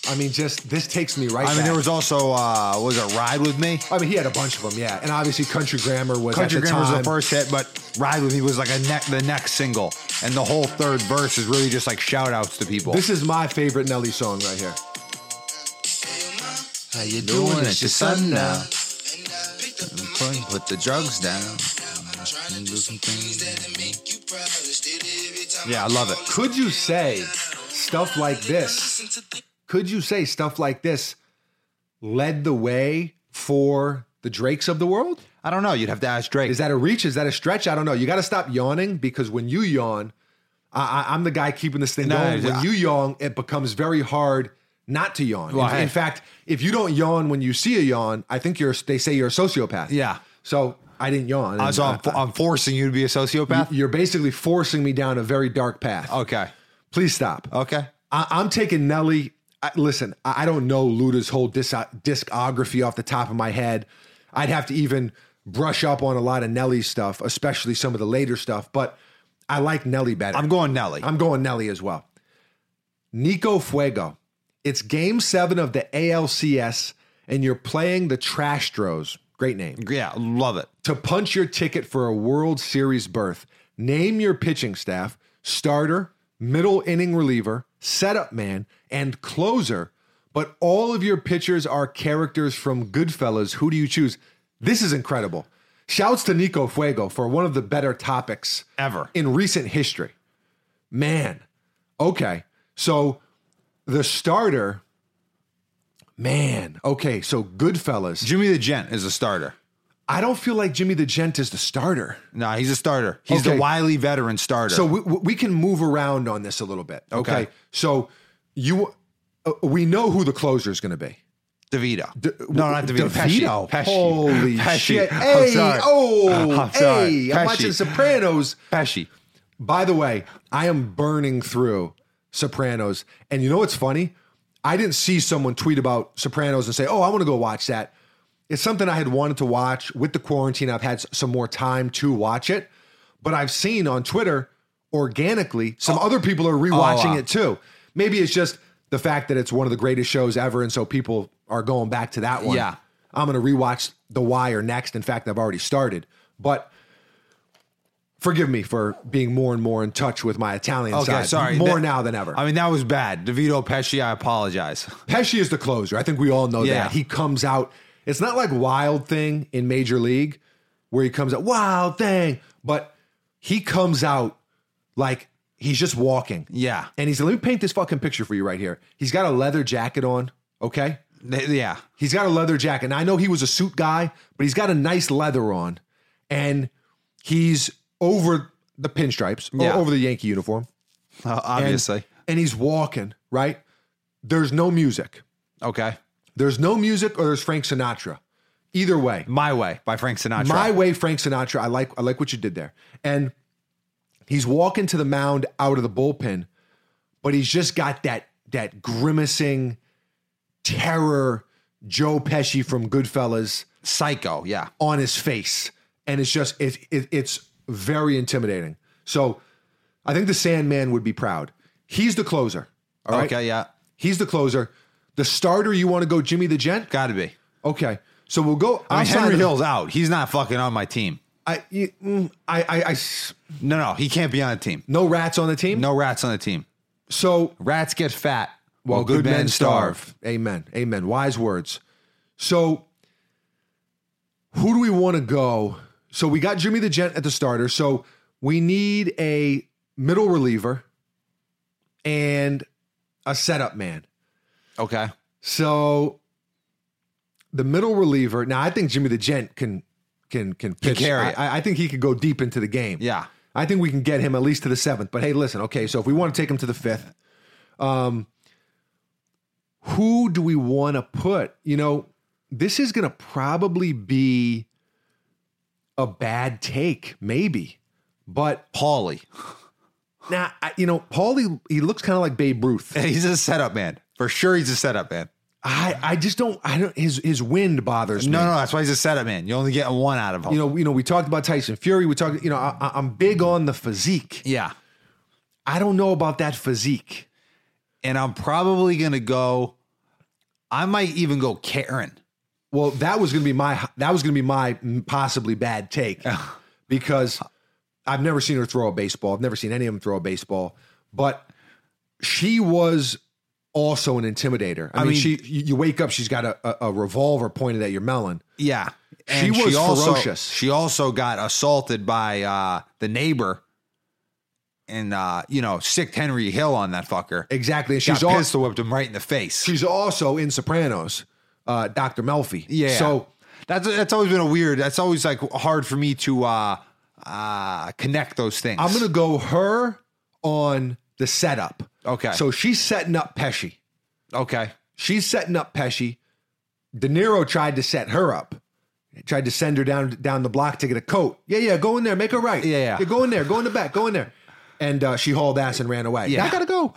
A: I mean, just this takes me right.
C: I mean,
A: back.
C: there was also uh, was a ride with me.
A: I mean, he had a bunch of them, yeah. And obviously, Country Grammar was
C: Country
A: at the
C: Grammar was
A: time.
C: the first hit, but Ride With Me was like a neck the next single. And the whole third verse is really just like shout outs to people.
A: This is my favorite Nelly song right here.
C: how you
B: doing? It's your son now.
E: And I picked up the mic.
B: Put the drugs down.
E: I'm trying to do some things that'll make you proud. It's daily every time
C: Yeah, I love it.
A: Could you say stuff like this?
E: Listen to the
A: Could you say stuff like this led the way for The Drakes of the world?
B: I don't know. You'd have to ask Drake.
A: Is that a reach? Is that a stretch? I don't know. You got to stop yawning because when you yawn, I, I, I'm the guy keeping this thing
B: No,
A: going. When
B: I-
A: you yawn, it becomes very hard not to yawn.
F: Well,
A: in,
F: hey.
A: in fact, if you don't yawn when you see a yawn, I think you're. They say you're a sociopath.
B: Yeah.
A: So I didn't yawn.
B: Uh,
A: and
B: so I'm,
A: I-
B: I'm forcing you to be a sociopath?
A: you're basically forcing me down a very dark path.
B: okay.
A: Please stop.
B: Okay.
A: I, I'm taking Nelly. I, listen, I, I don't know Luda's whole dis- discography off the top of my head. I'd have to even brush up on a lot of Nelly stuff, especially some of the later stuff. But I like Nelly better.
B: I'm going Nelly.
A: I'm going Nelly as well. Nico Fuego. It's Game Seven of the ALCS, and you're playing the Trash Dros. Great name
B: yeah, love it.
A: to punch your ticket for a World Series berth. Name your pitching staff, starter, middle inning reliever, setup man, and closer. But all of your pitchers are characters from Goodfellas. Who do you choose? This is incredible. Shouts to Nico Fuego for one of the better topics
B: Ever.
A: in recent history. Man, okay. So the starter, man, okay. So Goodfellas.
B: Jimmy the Gent is a starter.
A: I don't feel like Jimmy the Gent is the starter.
B: No, he's a starter. He's
A: Okay.
B: the wily veteran starter.
A: So we, we we can move around on this a little bit. Okay.
B: Okay.
A: So you, uh, we know who the closer is going to be.
B: DeVito. no, not DeVito.
A: DeVito.
B: Pesci. Pesci.
A: Holy
B: Pesci.
A: shit.
B: I'm
A: Hey,
B: sorry.
A: oh,
B: <laughs> I'm sorry.
A: hey, I'm watching
B: Pesci.
A: Sopranos.
B: Pesci.
A: By the way, I am burning through Sopranos. And you know what's funny? I didn't see someone tweet about Sopranos and say, oh, I want to go watch that. It's something I had wanted to watch with the quarantine. I've had s- some more time to watch it, but I've seen on Twitter organically some other people are rewatching
B: Oh. wow.
A: it too. Maybe it's just the fact that it's one of the greatest shows ever. And so people are going back to that one.
B: Yeah.
A: I'm going to rewatch The Wire next. In fact, I've already started. But forgive me for being more and more in touch with my Italian
B: Okay,
A: side.
B: sorry.
A: More
B: That-
A: now than ever.
B: I mean, that was bad. DeVito Pesci, I apologize.
A: Pesci is the closer. I think we all know
B: Yeah.
A: that. He comes out. It's not like Wild Thing in Major League where he comes out, Wild Thing, but he comes out like he's just walking.
B: Yeah.
A: And he's, let me paint this fucking picture for you right here. He's got a leather jacket on, okay?
B: Th- Yeah.
A: He's got a leather jacket. And I know he was a suit guy, but he's got a nice leather on. And he's over the pinstripes, or
B: Yeah.
A: over the Yankee uniform.
B: Uh,
A: And-
B: obviously.
A: And he's walking, right? There's no music.
B: okay.
A: There's no music or there's Frank Sinatra. Either way.
B: My Way by Frank Sinatra.
A: My way, Frank Sinatra. I like I like what you did there. And he's walking to the mound out of the bullpen, but he's just got that that grimacing terror Joe Pesci from Goodfellas
B: Psycho. Yeah.
A: on his face, and it's just it, it it's very intimidating. So I think the Sandman would be proud. He's the closer. All right.
B: Okay. Yeah.
A: He's the closer. The starter, you want to go Jimmy the Gent?
B: Got to be.
A: Okay. So we'll go
B: I mean,
A: outside
B: Henry
A: of-
B: Hill's out. He's not fucking on my team.
A: I, you- mm, I, I, I s-
B: No, no, he can't be on the team.
A: no rats on the team.
B: No rats on the team.
A: So
B: Rats get fat while good, men, starve.
A: Amen. Amen. Wise words. So who do we want to go? So we got Jimmy the Gent at the starter. So we need a middle reliever and a setup man.
B: Okay.
A: So the middle reliever. Now I think Jimmy the Gent can can can pitch.
B: carry it.
A: I, I think he could go deep into the game.
B: Yeah.
A: I think we can get him at least to the seventh. But hey, listen, okay, so if we want to take him to the fifth, um, who do we want to put? You know, this is going to probably be a bad take, maybe. But
B: Paulie. <laughs>
A: now, I, you know, Paulie, he looks kind of like Babe Ruth.
B: He's a setup man. For sure he's a setup man.
A: I, I just don't. I don't. His his wind bothers me.
B: No, no, that's why he's a setup man. You only get one out of him.
A: You know, you know. We talked about Tyson Fury. We talked. You know, I, I- I'm big on the physique.
B: yeah.
A: I don't know about that physique.
B: And I'm probably gonna go. I might even go Karen.
A: Well, that was going to be my that was going to be my possibly bad take because I've never seen her throw a baseball. I've never seen any of them throw a baseball, but she was also an intimidator. I,
B: I
A: mean,
B: mean-
A: she you you wake up, she's got a, a, a revolver pointed at your melon.
B: Yeah.
A: She was ferocious.
B: She also got assaulted by uh the neighbor and uh, you know, sicked Henry Hill on that fucker.
A: Exactly, and
B: She's
A: she's
B: got
A: also
B: pistol whipped him right in the face.
A: she's also in Sopranos, uh, Doctor Melfi.
B: Yeah.
A: so
B: That's that's always been a weird. That's always like hard for me to uh uh connect those things.
A: I'm gonna go her on the setup.
G: Okay.
A: So she's setting up Pesci.
G: Okay.
A: She's setting up Pesci. De Niro tried to set her up. Tried to send her down down the block to get a coat. Yeah, yeah, go in there, make her right.
G: Yeah, yeah.
A: go in there, go in the back, go in there. And uh, she hauled ass and ran away. Yeah, I
G: <sighs>
A: gotta go.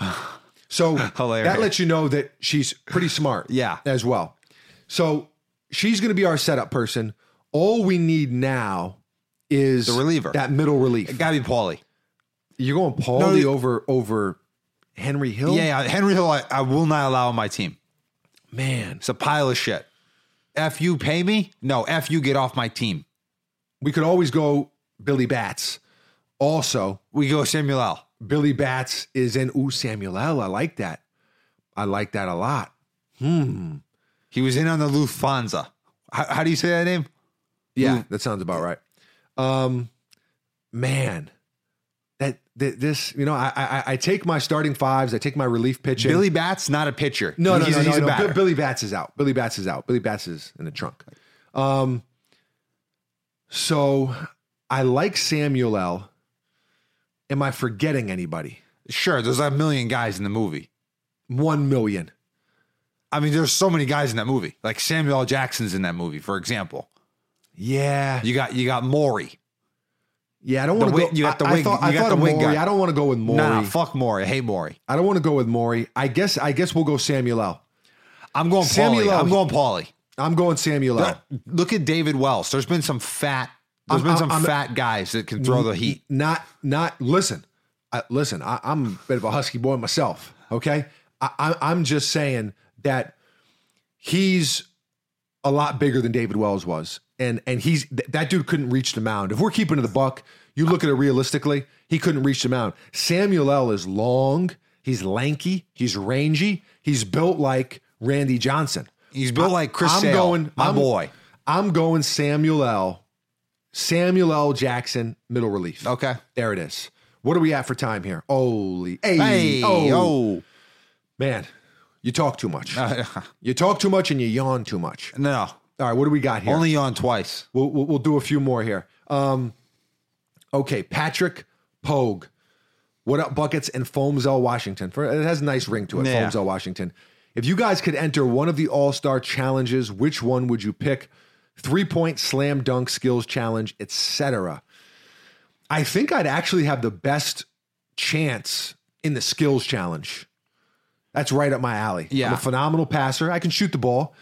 A: So
G: Hilarious.
A: that lets you know that she's pretty smart.
G: Yeah.
A: as well. So she's gonna be our setup person. All we need now is the
B: reliever.
A: that middle relief.
B: Gotta be Paulie.
A: You're going
B: No,
A: Paulie
B: you-
A: over over Henry Hill.
B: Yeah, yeah, Henry Hill. I, I will not allow on my team.
A: man,
B: It's a pile of shit. F you pay me? No, F you get off my team.
A: we could always go Billy Bats. Also,
B: We go Samuel L.
A: Billy Bats is in Ooh Samuel L. I like that. I like that a lot. Hmm.
B: He was in on the Lufthansa. How, how do you say that name?
A: Yeah, that sounds about right. Um, man, that, that this you know I, I I take my starting fives. I take my relief pitching.
B: Billy Bats, not a pitcher.
A: No, no,
B: he's,
A: no,
B: he's
A: no,
B: a
A: no.
B: batter.
A: Bi- Billy Bats is out. Billy Bats is out. Billy Bats is in the trunk. Um, so I like Samuel L. Am I forgetting anybody?
B: Sure, there's a million guys in the movie.
A: One million.
B: I mean, there's so many guys in that movie. Like Samuel L. Jackson's in that movie, for example.
A: Yeah,
B: You got you got Maury.
A: yeah. I don't
B: The
A: want to
B: wig-
A: go.
B: you got the
A: I, I
B: wig-
A: thought,
B: you
A: I
B: got
A: thought
B: the
A: of
B: wig
A: Maury.
B: guy.
A: I don't want to go with Maury.
B: Nah, fuck Maury. I hate Maury.
A: I don't want to go with Maury. I guess. I guess we'll go Samuel L.
B: I'm going
A: Samuel
B: Paulie.
A: L.
B: I'm going Paulie.
A: I'm going Samuel L.
B: Look at David Wells. There's been some fat. There's
A: I'm-
B: been some
A: I'm- I'm-
B: fat guys that can throw the heat.
A: Not, not. Listen, I, listen. I, I'm a bit of a husky boy myself. Okay, I, I, I'm just saying that he's a lot bigger than David Wells was, and and he's th- that dude couldn't reach the mound. If we're keeping to the buck, you look at it realistically, he couldn't reach the mound. Samuel L is long. He's lanky. He's rangy. He's built like Randy Johnson.
B: He's built like Chris
A: I'm
B: Sale,
A: going,
B: my
A: I'm-
B: boy.
A: I'm going Samuel L. Samuel L. Jackson, middle relief.
B: Okay.
A: There it is. What are we at for time here? Holy. Hey.
B: Hey,
A: oh.
B: oh. Uh-huh.
A: Man, you talk too much. you talk too much and you yawn too much.
B: <laughs> No,
A: All right, what do we got here?
B: only on twice.
A: we'll, we'll, we'll do a few more here. Um, okay, Patrick Pogue. What up, buckets and Foams L. Washington? For, it has a nice ring to it,
B: Yeah.
A: Foams L. Washington. If you guys could enter one of the All Star challenges, which one would you pick? Three point slam dunk skills challenge, etc. I think I'd actually have the best chance in the skills challenge. That's right up my alley.
G: Yeah.
A: I'm a phenomenal passer. I can shoot the ball.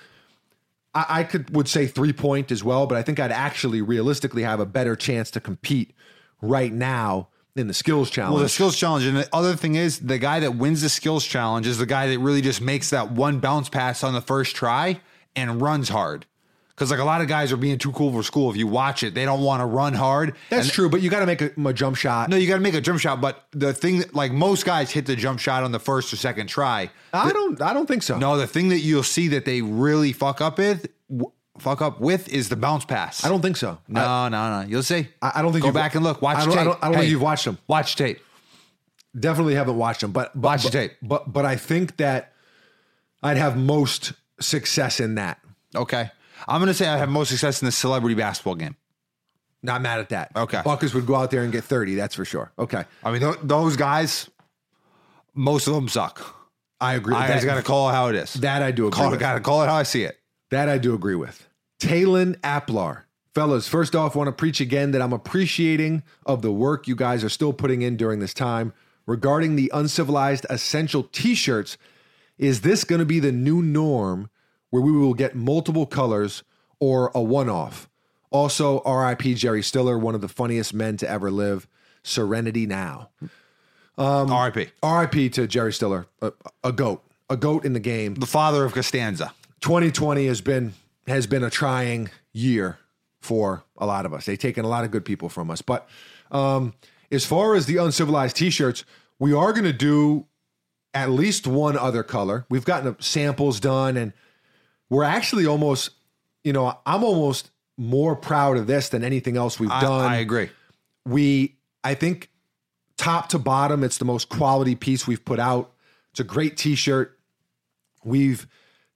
A: I, I could would say three point as well, but I think I'd actually realistically have a better chance to compete right now in the skills challenge.
B: Well, the skills challenge, and the other thing is, the guy that wins the skills challenge is the guy that really just makes that one bounce pass on the first try and runs hard. Because like a lot of guys are being too cool for school. If you watch it, they don't want to run hard.
A: That's true, but you got to make a, a jump shot.
B: No, you got to make a jump shot. But the thing, that, like most guys, hit the jump shot on the first or second try.
A: I don't. I don't think so.
B: No, the thing that you'll see that they really fuck up with, w- fuck up with, is the bounce pass.
A: I don't think so.
B: No, no, no. You'll see.
A: I, I don't think
B: Go
A: you've-
B: back and look. Watch
A: I don't,
B: tape.
A: I don't, I don't
B: Hey,
A: think you've watched them.
B: Watch tape.
A: Definitely haven't watched them. But, but
B: Watch the
A: but-
B: tape.
A: But but I think that I'd have most success in that.
B: Okay. I'm gonna say I have most success in the celebrity basketball game.
A: Not mad at that.
B: Okay.
A: Buckers would go out there and get thirty. That's for sure. Okay,
B: I mean, th- those guys, most of them suck.
A: I agree.
B: I
A: that,
B: just gotta call it how it is.
A: that I do agree.
B: call,
A: with.
B: gotta call it how I see it.
A: That I do agree with. Talon Aplar. Fellas, first off, want to preach again that I'm appreciating of the work you guys are still putting in during this time. Regarding the uncivilized essential t-shirts, is this going to be the new norm where we will get multiple colors or a one-off? Also, RIP Jerry Stiller, one of the funniest men to ever live. Serenity now.
B: R.I.P.
A: RIP to Jerry Stiller, a, a goat, a goat in the game.
B: The father of Costanza.
A: 2020 has been has been a trying year for a lot of us. They've taken a lot of good people from us. But um, as far as the uncivilized T-shirts, we are going to do at least one other color. We've gotten samples done, and we're actually almost, you know, I'm almost more proud of this than anything else we've
B: I,
A: done.
B: I agree.
A: we, I think, top to bottom, it's the most quality piece we've put out. It's a great T-shirt we've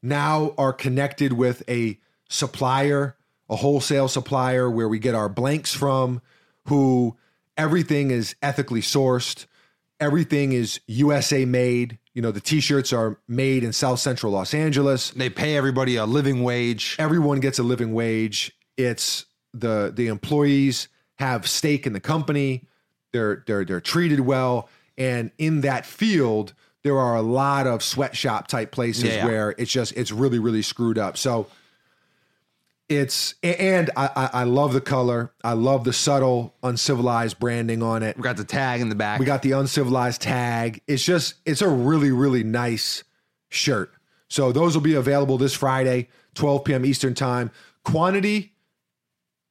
A: now are connected with a supplier a wholesale supplier where we get our blanks from, who everything is ethically sourced, everything is USA made. You know, the t shirts are made in South Central Los Angeles.
B: They pay everybody a living wage.
A: Everyone gets a living wage. It's the the employees have stake in the company. They're they're they're treated well. And in that field, there are a lot of sweatshop type places
B: Yeah.
A: where it's just it's really, really screwed up. So it's a- and I, I I love the color. I love the subtle, uncivilized branding on it.
B: We got the tag in the back.
A: We got the uncivilized tag. It's just, it's a really, really nice shirt. So those will be available this Friday, 12 p.m. Eastern time. Quantity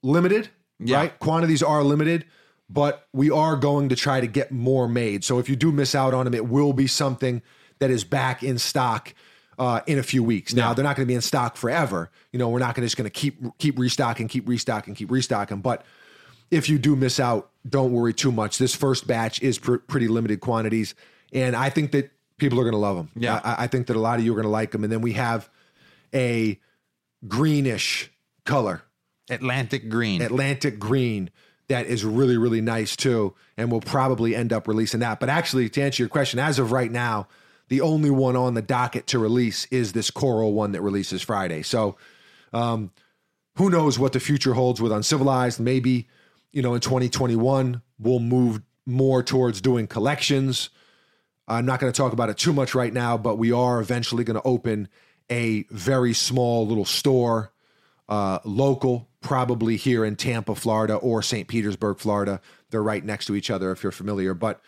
A: limited,
B: Yeah.
A: right? Quantities are limited, but we are going to try to get more made. So if you do miss out on them, it will be something that is back in stock. Uh, in a few weeks. Now they're not going to be in stock forever. You know, we're not going to just going to keep keep restocking, keep restocking, keep restocking. But if you do miss out, don't worry too much. This first batch is pr- pretty limited quantities, and I think that people are going to love them.
B: Yeah.
A: I, I think that a lot of you are going to like them. And then we have a greenish color,
B: Atlantic green.
A: Atlantic green, that is really really nice too, and we'll probably end up releasing that. But actually, to answer your question, as of right now, the only one on the docket to release is this coral one that releases Friday. So um, who knows what the future holds with uncivilized maybe you know in 2021 we'll move more towards doing collections i'm not going to talk about it too much right now but we are eventually going to open a very small little store uh, local probably here in tampa florida or st petersburg florida they're right next to each other if you're familiar but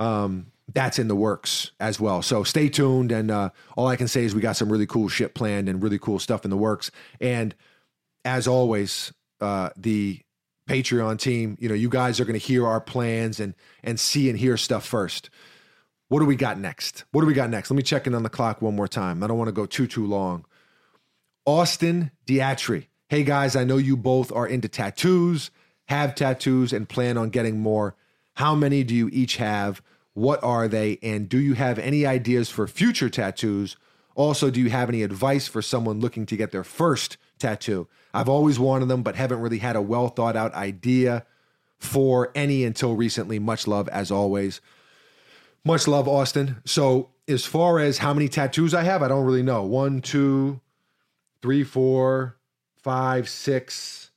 A: um, that's in the works as well. So stay tuned. And uh, all I can say is we got some really cool shit planned and really cool stuff in the works. And as always, uh, the Patreon team, you know, you guys are going to hear our plans and and see and hear stuff first. What do we got next? What do we got next? Let me check in on the clock one more time. I don't want to go too too long. Austin Diatri. Hey guys, I know you both are into tattoos, have tattoos, and plan on getting more. How many do you each have? What are they? And do you have any ideas for future tattoos? Also, do you have any advice for someone looking to get their first tattoo? I've always wanted them, but haven't really had a well thought out idea for any until recently. Much love as always. Much love, Austin. So, as far as how many tattoos I have, I don't really know. One, two, three, four, five, six,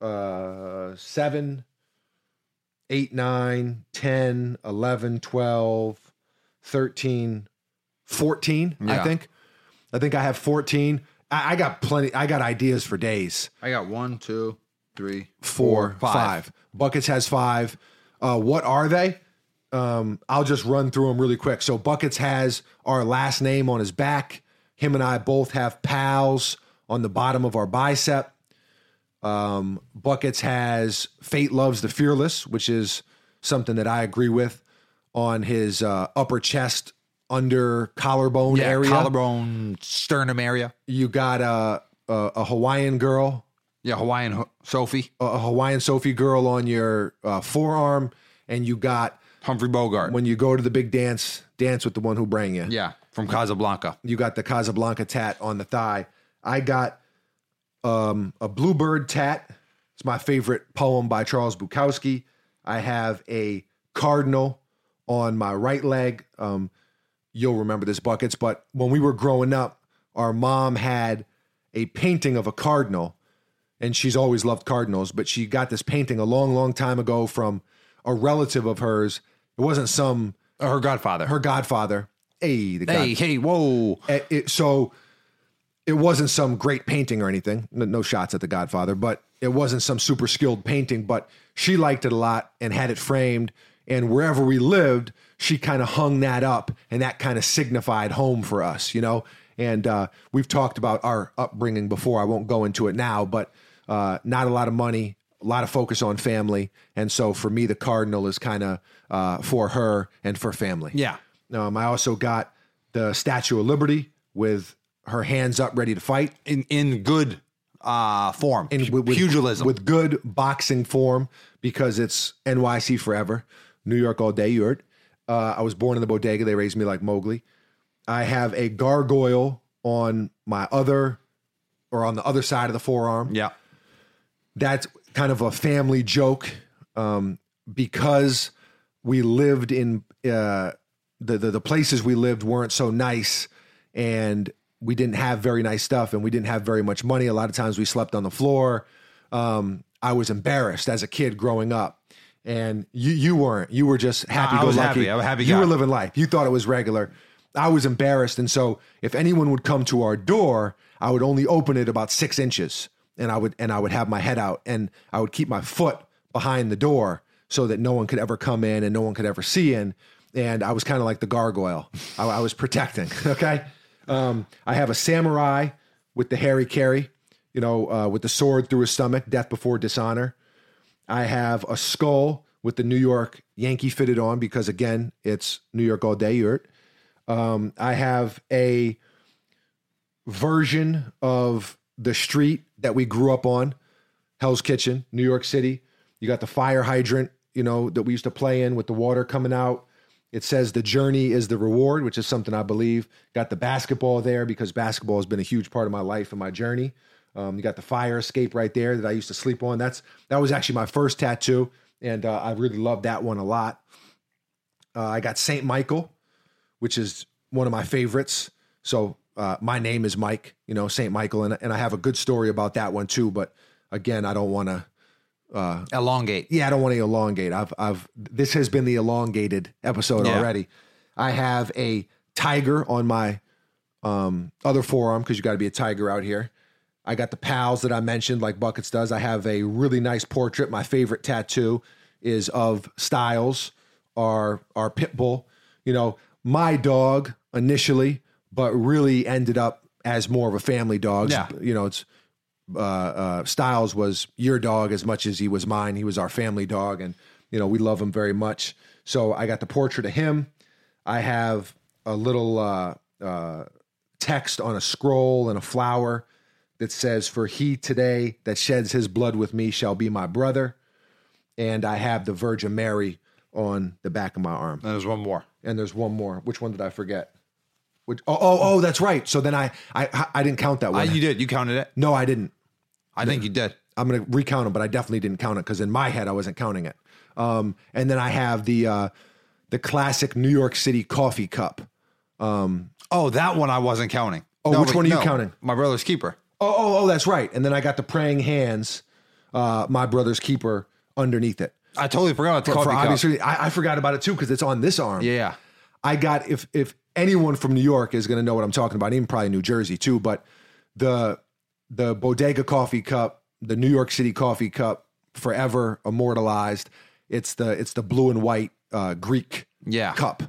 A: uh, seven, eight, nine, 10, 11, 12, 13, 14, I
B: Yeah.
A: think. I think I have 14. I, I got plenty. I got ideas for days.
B: I got one, two, three.
A: Four,
B: Four,
A: five.
B: five.
A: Buckets has five. Uh, what are they? Um, I'll just run through them really quick. So Buckets has our last name on his back. Him and I both have pals on the bottom of our bicep. Um, Buckets has Fate Loves the Fearless, which is something that I agree with on his uh, upper chest, under collarbone
B: Yeah,
A: area.
B: collarbone, sternum area.
A: You got a, a, a Hawaiian girl
B: Yeah, Hawaiian ho- Sophie,
A: a Hawaiian Sophie girl on your uh, forearm, and you got
B: Humphrey Bogart.
A: when you go to the big dance, dance with the one who bring you.
B: yeah, from Casablanca.
A: You got the Casablanca tat on the thigh. I got um, a bluebird tat. It's my favorite poem by Charles Bukowski. I have a cardinal on my right leg. Um, you'll remember this buckets, but when we were growing up, our mom had a painting of a cardinal, and she's always loved cardinals, but she got this painting a long, long time ago from a relative of hers. It wasn't some
B: Uh, Her godfather.
A: her godfather. Hey, the godfather
B: hey, hey, whoa.
A: it, Eh, it- so it wasn't some great painting or anything. No, no shots at the Godfather, but it wasn't some super skilled painting. But she liked it a lot and had it framed. And wherever we lived, she kind of hung that up, and that kind of signified home for us, you know. And uh, we've talked about our upbringing before. I won't go into it now, but uh, not a lot of money, a lot of focus on family, and so for me, the cardinal is kind of uh, for her and for family.
B: Yeah.
A: Um, I also got the Statue of Liberty with her hands up, ready to fight,
B: In in good uh form.
A: and
B: Pu-
A: with, with-
B: pugilism.
A: with good boxing form because it's NYC forever, New York all day. You heard. Uh, I was born in the bodega. They raised me like Mowgli. I have a gargoyle on my other, or on the other side of the forearm.
B: yeah.
A: that's kind of a family joke um, because we lived in uh, the, the the places we lived weren't so nice and we didn't have very nice stuff and we didn't have very much money a lot of times we slept on the floor um, i was embarrassed as a kid growing up and you you weren't you were just happy
B: I was
A: go lucky
B: happy. I'm a happy
A: you
B: guy.
A: were living life you thought it was regular i was embarrassed and so if anyone would come to our door i would only open it about six inches and i would and i would have my head out and i would keep my foot behind the door so that no one could ever come in and no one could ever see in. And I was kind of like the gargoyle. I, I was protecting. <laughs> Okay. Um, I have a samurai with the Harry Carry, you know, uh, with the sword through his stomach, death before dishonor. I have a skull with the New York Yankee fitted on because, again, it's New York all day. Yurt. Um, I have a version of the street that we grew up on, Hell's Kitchen, New York City. You got the fire hydrant, you know, that we used to play in with the water coming out. It says the journey is the reward, which is something I believe. Got the basketball there because basketball has been a huge part of my life and my journey. Um, you got the fire escape right there that I used to sleep on. That's that was actually my first tattoo, and uh, I really loved that one a lot. Uh, I got Saint Michael, which is one of my favorites. So uh, my name is Mike, you know, Saint Michael, and and I have a good story about that one too. But again, I don't want to.
B: Elongate.
A: Yeah, I don't want to elongate. I've I've this has been the elongated episode
B: Yeah.
A: already. I have a tiger on my um, other forearm because you got to be a tiger out here. I got the pals that I mentioned, like Buckets does. I have a really nice portrait. My favorite tattoo is of Styles, our our pit bull. You know, my dog initially, but really ended up as more of a family dog.
B: Yeah.
A: You know, it's uh, uh, Styles was your dog as much as he was mine. He was our family dog, and you know we love him very much. So I got the portrait of him. I have a little uh, uh, text on a scroll and a flower that says, "For he today that sheds his blood with me shall be my brother." And I have the Virgin Mary on the back of my arm
B: And there's one more.
A: and there's one more. Which one did I forget? Which, oh, oh, oh, that's right. So then I, I, I didn't count that
B: Uh,
A: one.
B: you did. You counted it.
A: no, I didn't.
B: I think you did.
A: I'm gonna recount them, but I definitely didn't count it because in my head I wasn't counting it. Um, and then I have the uh, the classic New York City coffee cup.
B: Oh, that one I wasn't counting.
A: Oh, which
B: but
A: one are you counting?
B: My brother's keeper.
A: Oh, oh, oh, that's right. And then I got the praying hands, uh, my brother's keeper underneath it.
B: I totally forgot about the
A: For
B: coffee cup.
A: obviously, I, I forgot about it too because it's on this arm.
B: Yeah.
A: I got if if anyone from New York is going to know what I'm talking about, even probably New Jersey too, but the the Bodega coffee cup, the New York City coffee cup, forever immortalized. It's the it's the blue and white uh, Greek
B: Yeah.
A: cup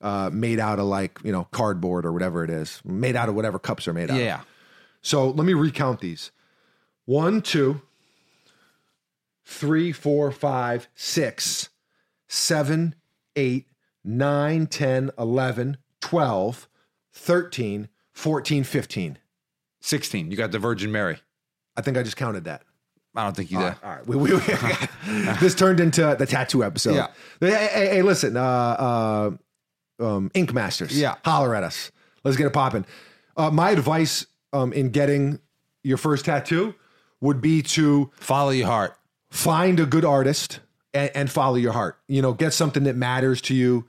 A: uh, made out of like you know cardboard or whatever it is, made out of whatever cups are made out. of.
B: Yeah.
A: So let me recount these. One, two, three, four, five, six, seven, eight, nine, 10, 11, 12, 13, 14, 15.
B: 16. You got the Virgin Mary.
A: I think I just counted that.
B: I don't think you did.
A: All right. We, we, <laughs> this turned into the tattoo episode.
B: Yeah.
A: Hey, hey, hey, listen, uh, uh, um, Ink Masters.
B: Yeah.
A: Holler at us. Let's get it popping. Uh, my advice um, in getting your first tattoo would be to
B: Follow your heart.
A: find a good artist and, and follow your heart. You know, get something that matters to you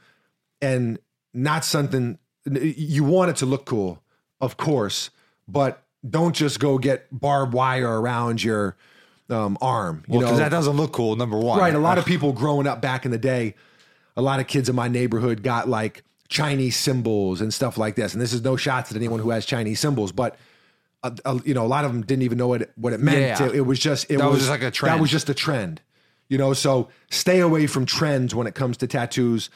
A: and not something you want it to look cool, of course, but don't just go get barbed wire around your um, arm. You know,
B: Because that doesn't look cool, number one.
A: Right. A lot of people growing up back in the day, a lot of kids in my neighborhood got like Chinese symbols and stuff like this. And this is no shots at anyone who has Chinese symbols, but uh, uh, you know, a lot of them didn't even know what it, what it meant.
B: Yeah.
A: It, it was just it
B: That was
A: was,
B: just like a
A: That
B: trend.
A: was just a trend. You know, so stay away from trends when it comes to tattoos.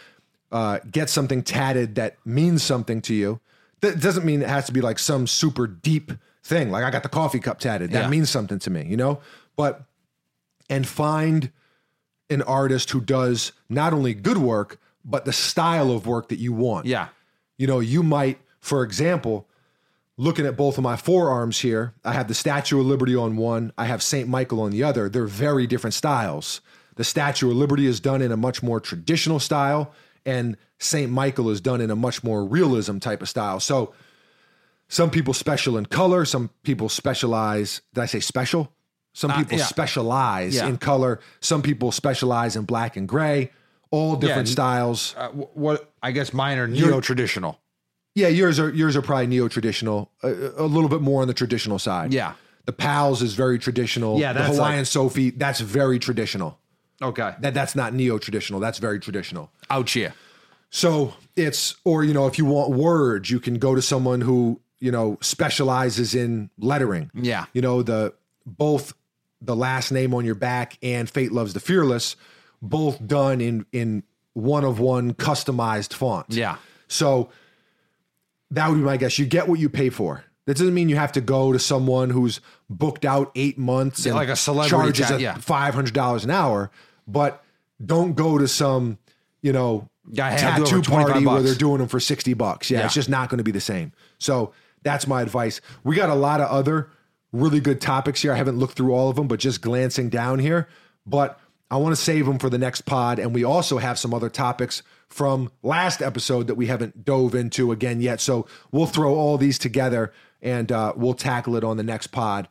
A: Uh, get something tatted that means something to you. That doesn't mean it has to be like some super deep thing. Like I got the coffee cup tatted. That
B: Yeah.
A: means something to me, you know? But and find an artist who does not only good work but the style of work that you want.
B: Yeah.
A: You know, you might, for example, looking at both of my forearms here, I have the Statue of Liberty on one, I have St. Michael on the other. They're very different styles. The Statue of Liberty is done in a much more traditional style, and St. Michael is done in a much more realism type of style. So, some people special in color, some people specialize. Did I say special? Some people
B: Uh, yeah.
A: specialize
B: Yeah.
A: in color. Some people specialize in black and gray. All different
B: and-
A: styles.
B: Uh, wh- what I guess mine are neo traditional.
A: Yeah, yours are yours are probably neo traditional, a, a little bit more on the traditional side.
B: Yeah.
A: the pals is very traditional.
B: Yeah, that's
A: the Hawaiian
B: like-
A: Sophie that's very traditional.
B: Okay,
A: That that's not neo traditional. That's very traditional.
B: out here.
A: So it's, or, you know, if you want words, you can go to someone who, you know, specializes in lettering.
B: Yeah.
A: You know, the both the last name on your back and Fate Loves the Fearless, both done in in one of one customized fonts.
B: Yeah.
A: So that would be my guess. You get what you pay for. That doesn't mean you have to go to someone who's booked out eight months and
B: like a celebrity
A: charges
B: chat, yeah.
A: five hundred dollars an hour. But don't go to some, you know,
B: Yeah, hey, I'll do it for
A: tattoo
B: 25
A: party where
B: bucks.
A: they're doing them for sixty bucks. Yeah, it's
B: Yeah.
A: just not going to be the same. So that's my advice. We got a lot of other really good topics here. I haven't looked through all of them, but just glancing down here. But I want to save them for the next pod, and we also have some other topics from last episode that we haven't dove into again yet. So we'll throw all these together and uh, we'll tackle it on the next pod.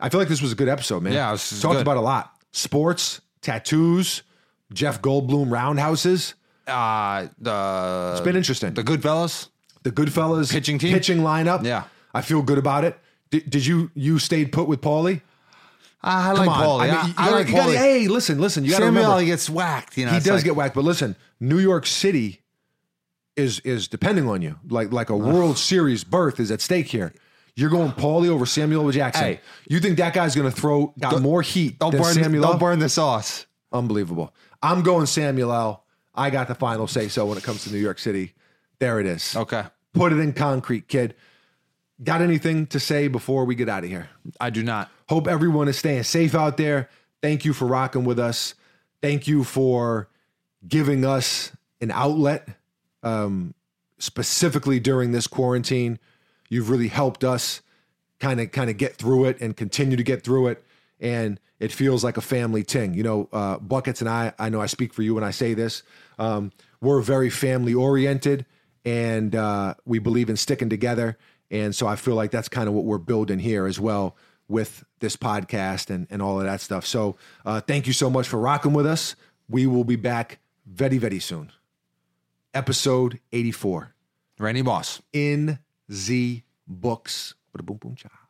A: I feel like this was a good episode, man.
B: Yeah, this is
A: talked
B: good.
A: about a lot: sports, tattoos, Jeff Goldblum roundhouses.
B: Uh, the
A: It's been interesting.
B: the Goodfellas.
A: the Goodfellas
B: Pitching team?
A: pitching lineup.
B: Yeah.
A: I feel good about it. Did, did you you stayed put with Paulie?
B: Ah, I
A: Come
B: like
A: on,
B: Paulie.
A: I, mean,
B: I,
A: you
B: I
A: gotta-
B: like
A: you gotta-
B: Paulie.
A: Hey, listen, listen. You got to
C: Samuel
A: remember
C: he gets whacked. You know,
A: he
C: it's
A: does
C: like-
A: get whacked, but listen, New York City is is depending on you. Like like a World Series berth is at stake here. You're going Paulie over Samuel L. Jackson.
B: Hey.
A: you think that guy's going to throw got more heat
C: Don't
A: than
C: burn,
A: Samuel? L.?
C: don't burn the sauce.
A: Unbelievable. I'm going Samuel L. I got the final say so when it comes to New York City. There it is.
B: Okay,
A: Put it in concrete, kid. Got anything to say before we get out of here?
B: I do not.
A: Hope everyone is staying safe out there. Thank you for rocking with us. Thank you for giving us an outlet, um, specifically during this quarantine. You've really helped us kind of kind of get through it and continue to get through it. And it feels like a family ting. You know, uh, Buckets and I, I know I speak for you when I say this. Um, we're very family oriented and uh, we believe in sticking together. And so I feel like that's kind of what we're building here as well with this podcast and, and all of that stuff. So uh, thank you so much for rocking with us. We will be back very, very soon. Episode 84
B: Randy Moss.
A: in Z Books. Boom, boom, cha.